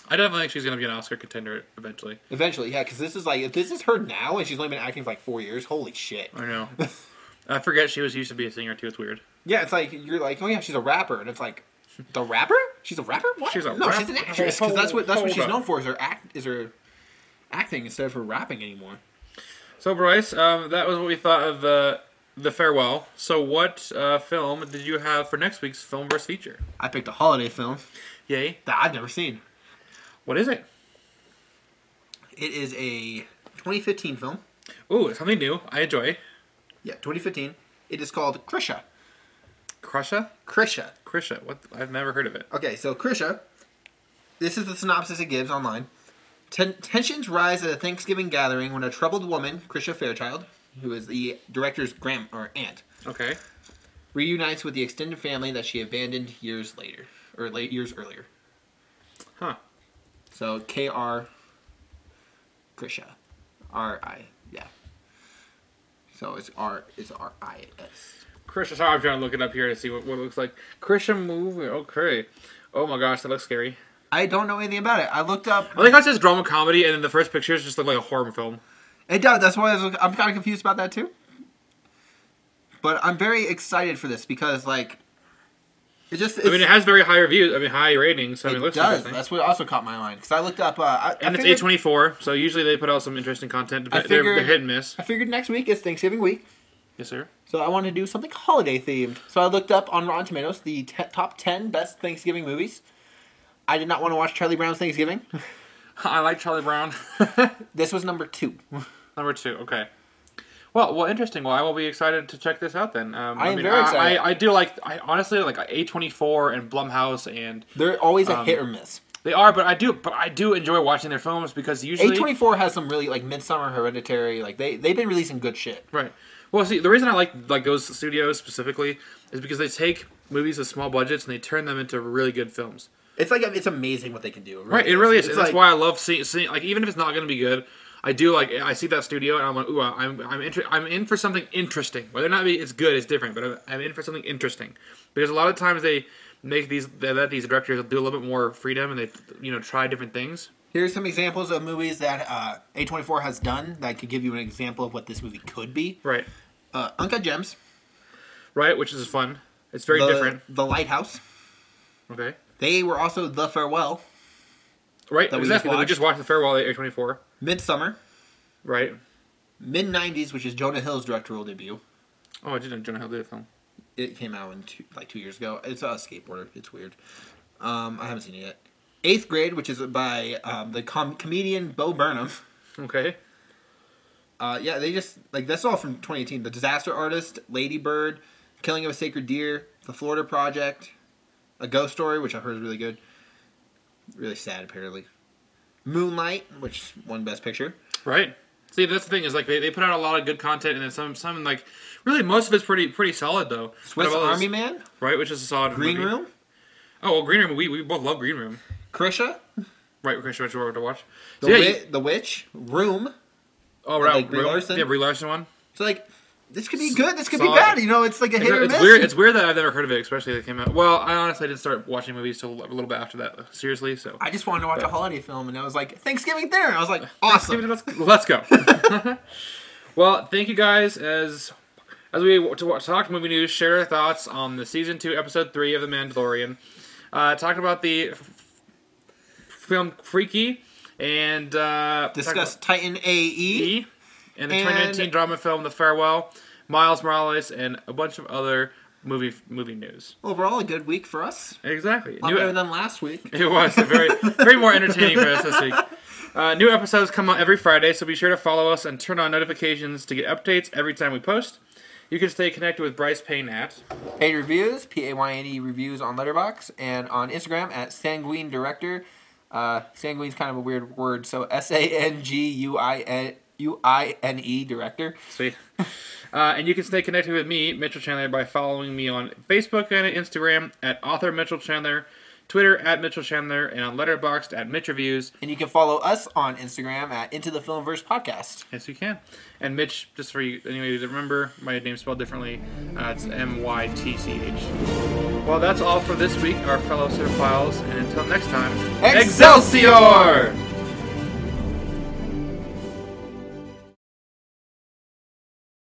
Speaker 1: I definitely think she's gonna be an Oscar contender eventually.
Speaker 2: Eventually, yeah, because this is like if this is her now, and she's only been acting for like four years. Holy shit!
Speaker 1: I know. I forget she was used to be a singer too. It's weird.
Speaker 2: Yeah, it's like you're like, oh yeah, she's a rapper, and it's like, the rapper? She's a rapper? What?
Speaker 1: She's a
Speaker 2: no,
Speaker 1: rap-
Speaker 2: she's an actress because that's what that's
Speaker 1: Hold
Speaker 2: what she's
Speaker 1: up.
Speaker 2: known for is her act is her acting instead of her rapping anymore.
Speaker 1: So Bryce, um, that was what we thought of uh, the farewell. So what uh, film did you have for next week's film versus feature?
Speaker 2: I picked a holiday film
Speaker 1: Yay!
Speaker 2: that I've never seen.
Speaker 1: What is it?
Speaker 2: It is a 2015 film.
Speaker 1: Ooh, something new. I enjoy.
Speaker 2: Yeah, 2015. It is called Krisha.
Speaker 1: Krisha.
Speaker 2: Krisha.
Speaker 1: Krisha. What? I've never heard of it.
Speaker 2: Okay, so Krisha, this is the synopsis it gives online. Ten- tensions rise at a Thanksgiving gathering when a troubled woman, Krisha Fairchild, who is the director's grand or aunt,
Speaker 1: Okay.
Speaker 2: reunites with the extended family that she abandoned years later or late years earlier.
Speaker 1: Huh.
Speaker 2: So K.R. Krisha. R.I. Yeah. So it's R. It's R.I.S.
Speaker 1: Krisha, sorry, I'm trying to look it up here to see what, what it looks like. Krisha movie, okay. Oh my gosh, that looks scary.
Speaker 2: I don't know anything about it. I looked up.
Speaker 1: I like how it says drama comedy, and then the first pictures just look like a horror film.
Speaker 2: It does. That's why I was, look- I'm kind of confused about that too. But I'm very excited for this because, like, it just. It's,
Speaker 1: I mean, it has very high reviews. I mean, high ratings. So I mean, it
Speaker 2: it
Speaker 1: looks
Speaker 2: does.
Speaker 1: interesting.
Speaker 2: That's what also caught my line because I looked up. Uh, I,
Speaker 1: and
Speaker 2: I
Speaker 1: it's
Speaker 2: figured,
Speaker 1: A24, so usually they put out some interesting content.
Speaker 2: I
Speaker 1: But they're, they're
Speaker 2: figured-
Speaker 1: hit and miss.
Speaker 2: I figured next week is Thanksgiving week,
Speaker 1: Yes, sir.
Speaker 2: so I wanted to do something holiday themed. So I looked up on Rotten Tomatoes the te- top ten best Thanksgiving movies. I did not want to watch Charlie Brown's Thanksgiving.
Speaker 1: I like Charlie Brown.
Speaker 2: this was number two.
Speaker 1: Number two. Okay. Well, well, interesting. Well, I will be excited to check this out then. Um,
Speaker 2: I am very excited.
Speaker 1: I, I do like. I honestly like A24 and Blumhouse and
Speaker 2: They're always a
Speaker 1: Um,
Speaker 2: hit or miss.
Speaker 1: They are, but I do, but I do enjoy watching their films because usually
Speaker 2: A twenty four has some really like Midsummer, Hereditary. Like they they've been releasing good shit.
Speaker 1: Right. Well, see, the reason I like like those studios specifically is because they take movies with small budgets and they turn them into really good films.
Speaker 2: It's like it's amazing what they can do.
Speaker 1: Right. It really is.
Speaker 2: It's
Speaker 1: and that's
Speaker 2: like-
Speaker 1: why I love seeing, seeing like even if it's not going to be good, I do like I see that studio and I'm like, ooh, I'm I'm inter- I'm in for something interesting. Whether or not it's good is different, but I'm, I'm in for something interesting because a lot of times they make these they let these directors do a little bit more freedom and they you know try different things.
Speaker 2: Here's some examples of movies that uh, A24 has done that could give you an example of what this movie could be.
Speaker 1: Right.
Speaker 2: Uh, Uncut Gems.
Speaker 1: Right. Which is fun. It's very
Speaker 2: the,
Speaker 1: different.
Speaker 2: The Lighthouse.
Speaker 1: Okay.
Speaker 2: They were also The Farewell.
Speaker 1: Right.
Speaker 2: That we
Speaker 1: exactly.
Speaker 2: just
Speaker 1: we just watched the farewell at 24.
Speaker 2: Midsummer.
Speaker 1: Right.
Speaker 2: Mid 90s, which is Jonah Hill's directorial debut.
Speaker 1: Oh, I didn't. Jonah Hill did a film.
Speaker 2: It came out in two, like two years ago. It's a skateboarder. It's weird. Um, I haven't seen it yet. Eighth Grade, which is by um, the com- comedian Bo Burnham.
Speaker 1: Okay.
Speaker 2: Uh, yeah, they just like that's all from 2018. The Disaster Artist, Lady Bird, Killing of a Sacred Deer, The Florida Project, A Ghost Story, which I heard is really good, really sad apparently. Moonlight, which won Best Picture.
Speaker 1: Right. See, that's the thing is like they, they put out a lot of good content, and then some some like really most of it's pretty pretty solid though.
Speaker 2: Swiss
Speaker 1: Out of all
Speaker 2: Army
Speaker 1: those-
Speaker 2: Man,
Speaker 1: right? Which is a solid
Speaker 2: Green
Speaker 1: movie.
Speaker 2: Room,
Speaker 1: Oh well, Green Room. We, we both love Green Room.
Speaker 2: Krisha,
Speaker 1: Right, we're sure what to watch.
Speaker 2: The,
Speaker 1: So, yeah,
Speaker 2: Wi-
Speaker 1: you-
Speaker 2: the Witch, Room.
Speaker 1: oh right,
Speaker 2: like Brie
Speaker 1: Room.
Speaker 2: Larson?
Speaker 1: Yeah, Brie Larson one.
Speaker 2: So like, this could be good. This could
Speaker 1: solid.
Speaker 2: be bad. You know, it's like a hit or
Speaker 1: It's
Speaker 2: miss.
Speaker 1: weird. It's weird that I've never heard of it, especially that it came out. Well, I honestly didn't start watching movies till a little bit after that. Seriously, so
Speaker 2: I just wanted to watch a holiday film, and I was like Thanksgiving dinner. I was like, awesome.
Speaker 1: Let's, let's go. well, thank you guys as as we w- to wa- talk movie news, share our thoughts on the season two, episode three of The Mandalorian. Uh, talking about the f- film Freaky and uh, talking
Speaker 2: Discuss
Speaker 1: about
Speaker 2: Titan AE.
Speaker 1: E and the
Speaker 2: And-
Speaker 1: 2019 drama film The Farewell, Miles Morales, and a bunch of other movie movie news.
Speaker 2: Overall, a good week for us.
Speaker 1: Exactly.
Speaker 2: lot
Speaker 1: New-
Speaker 2: better than last week.
Speaker 1: It was a very, very more entertaining for us this week. Uh, new episodes come out every Friday, so be sure to follow us and turn on notifications to get updates every time we post. You can stay connected with Bryce Payne at.
Speaker 2: Paid reviews, P A Y N E reviews on Letterbox and on Instagram at Sanguine Director. Uh, sanguine's kind of a weird word, so S A N G U I N U I N E Director.
Speaker 1: Sweet. Uh, and you can stay connected with me, Mitchell Chandler, by following me on Facebook and Instagram at author Mitchell Chandler, Twitter at Mitchell Chandler, and on Letterboxd at Mitch Reviews.
Speaker 2: And you can follow us on Instagram at Into the Filmverse Podcast.
Speaker 1: Yes, you can. And Mitch, just for you, anyway, to remember, my name's spelled differently. Uh, it's M Y T C H. Well, that's all for this week, our fellow cinephiles, and until next time,
Speaker 2: Excelsior!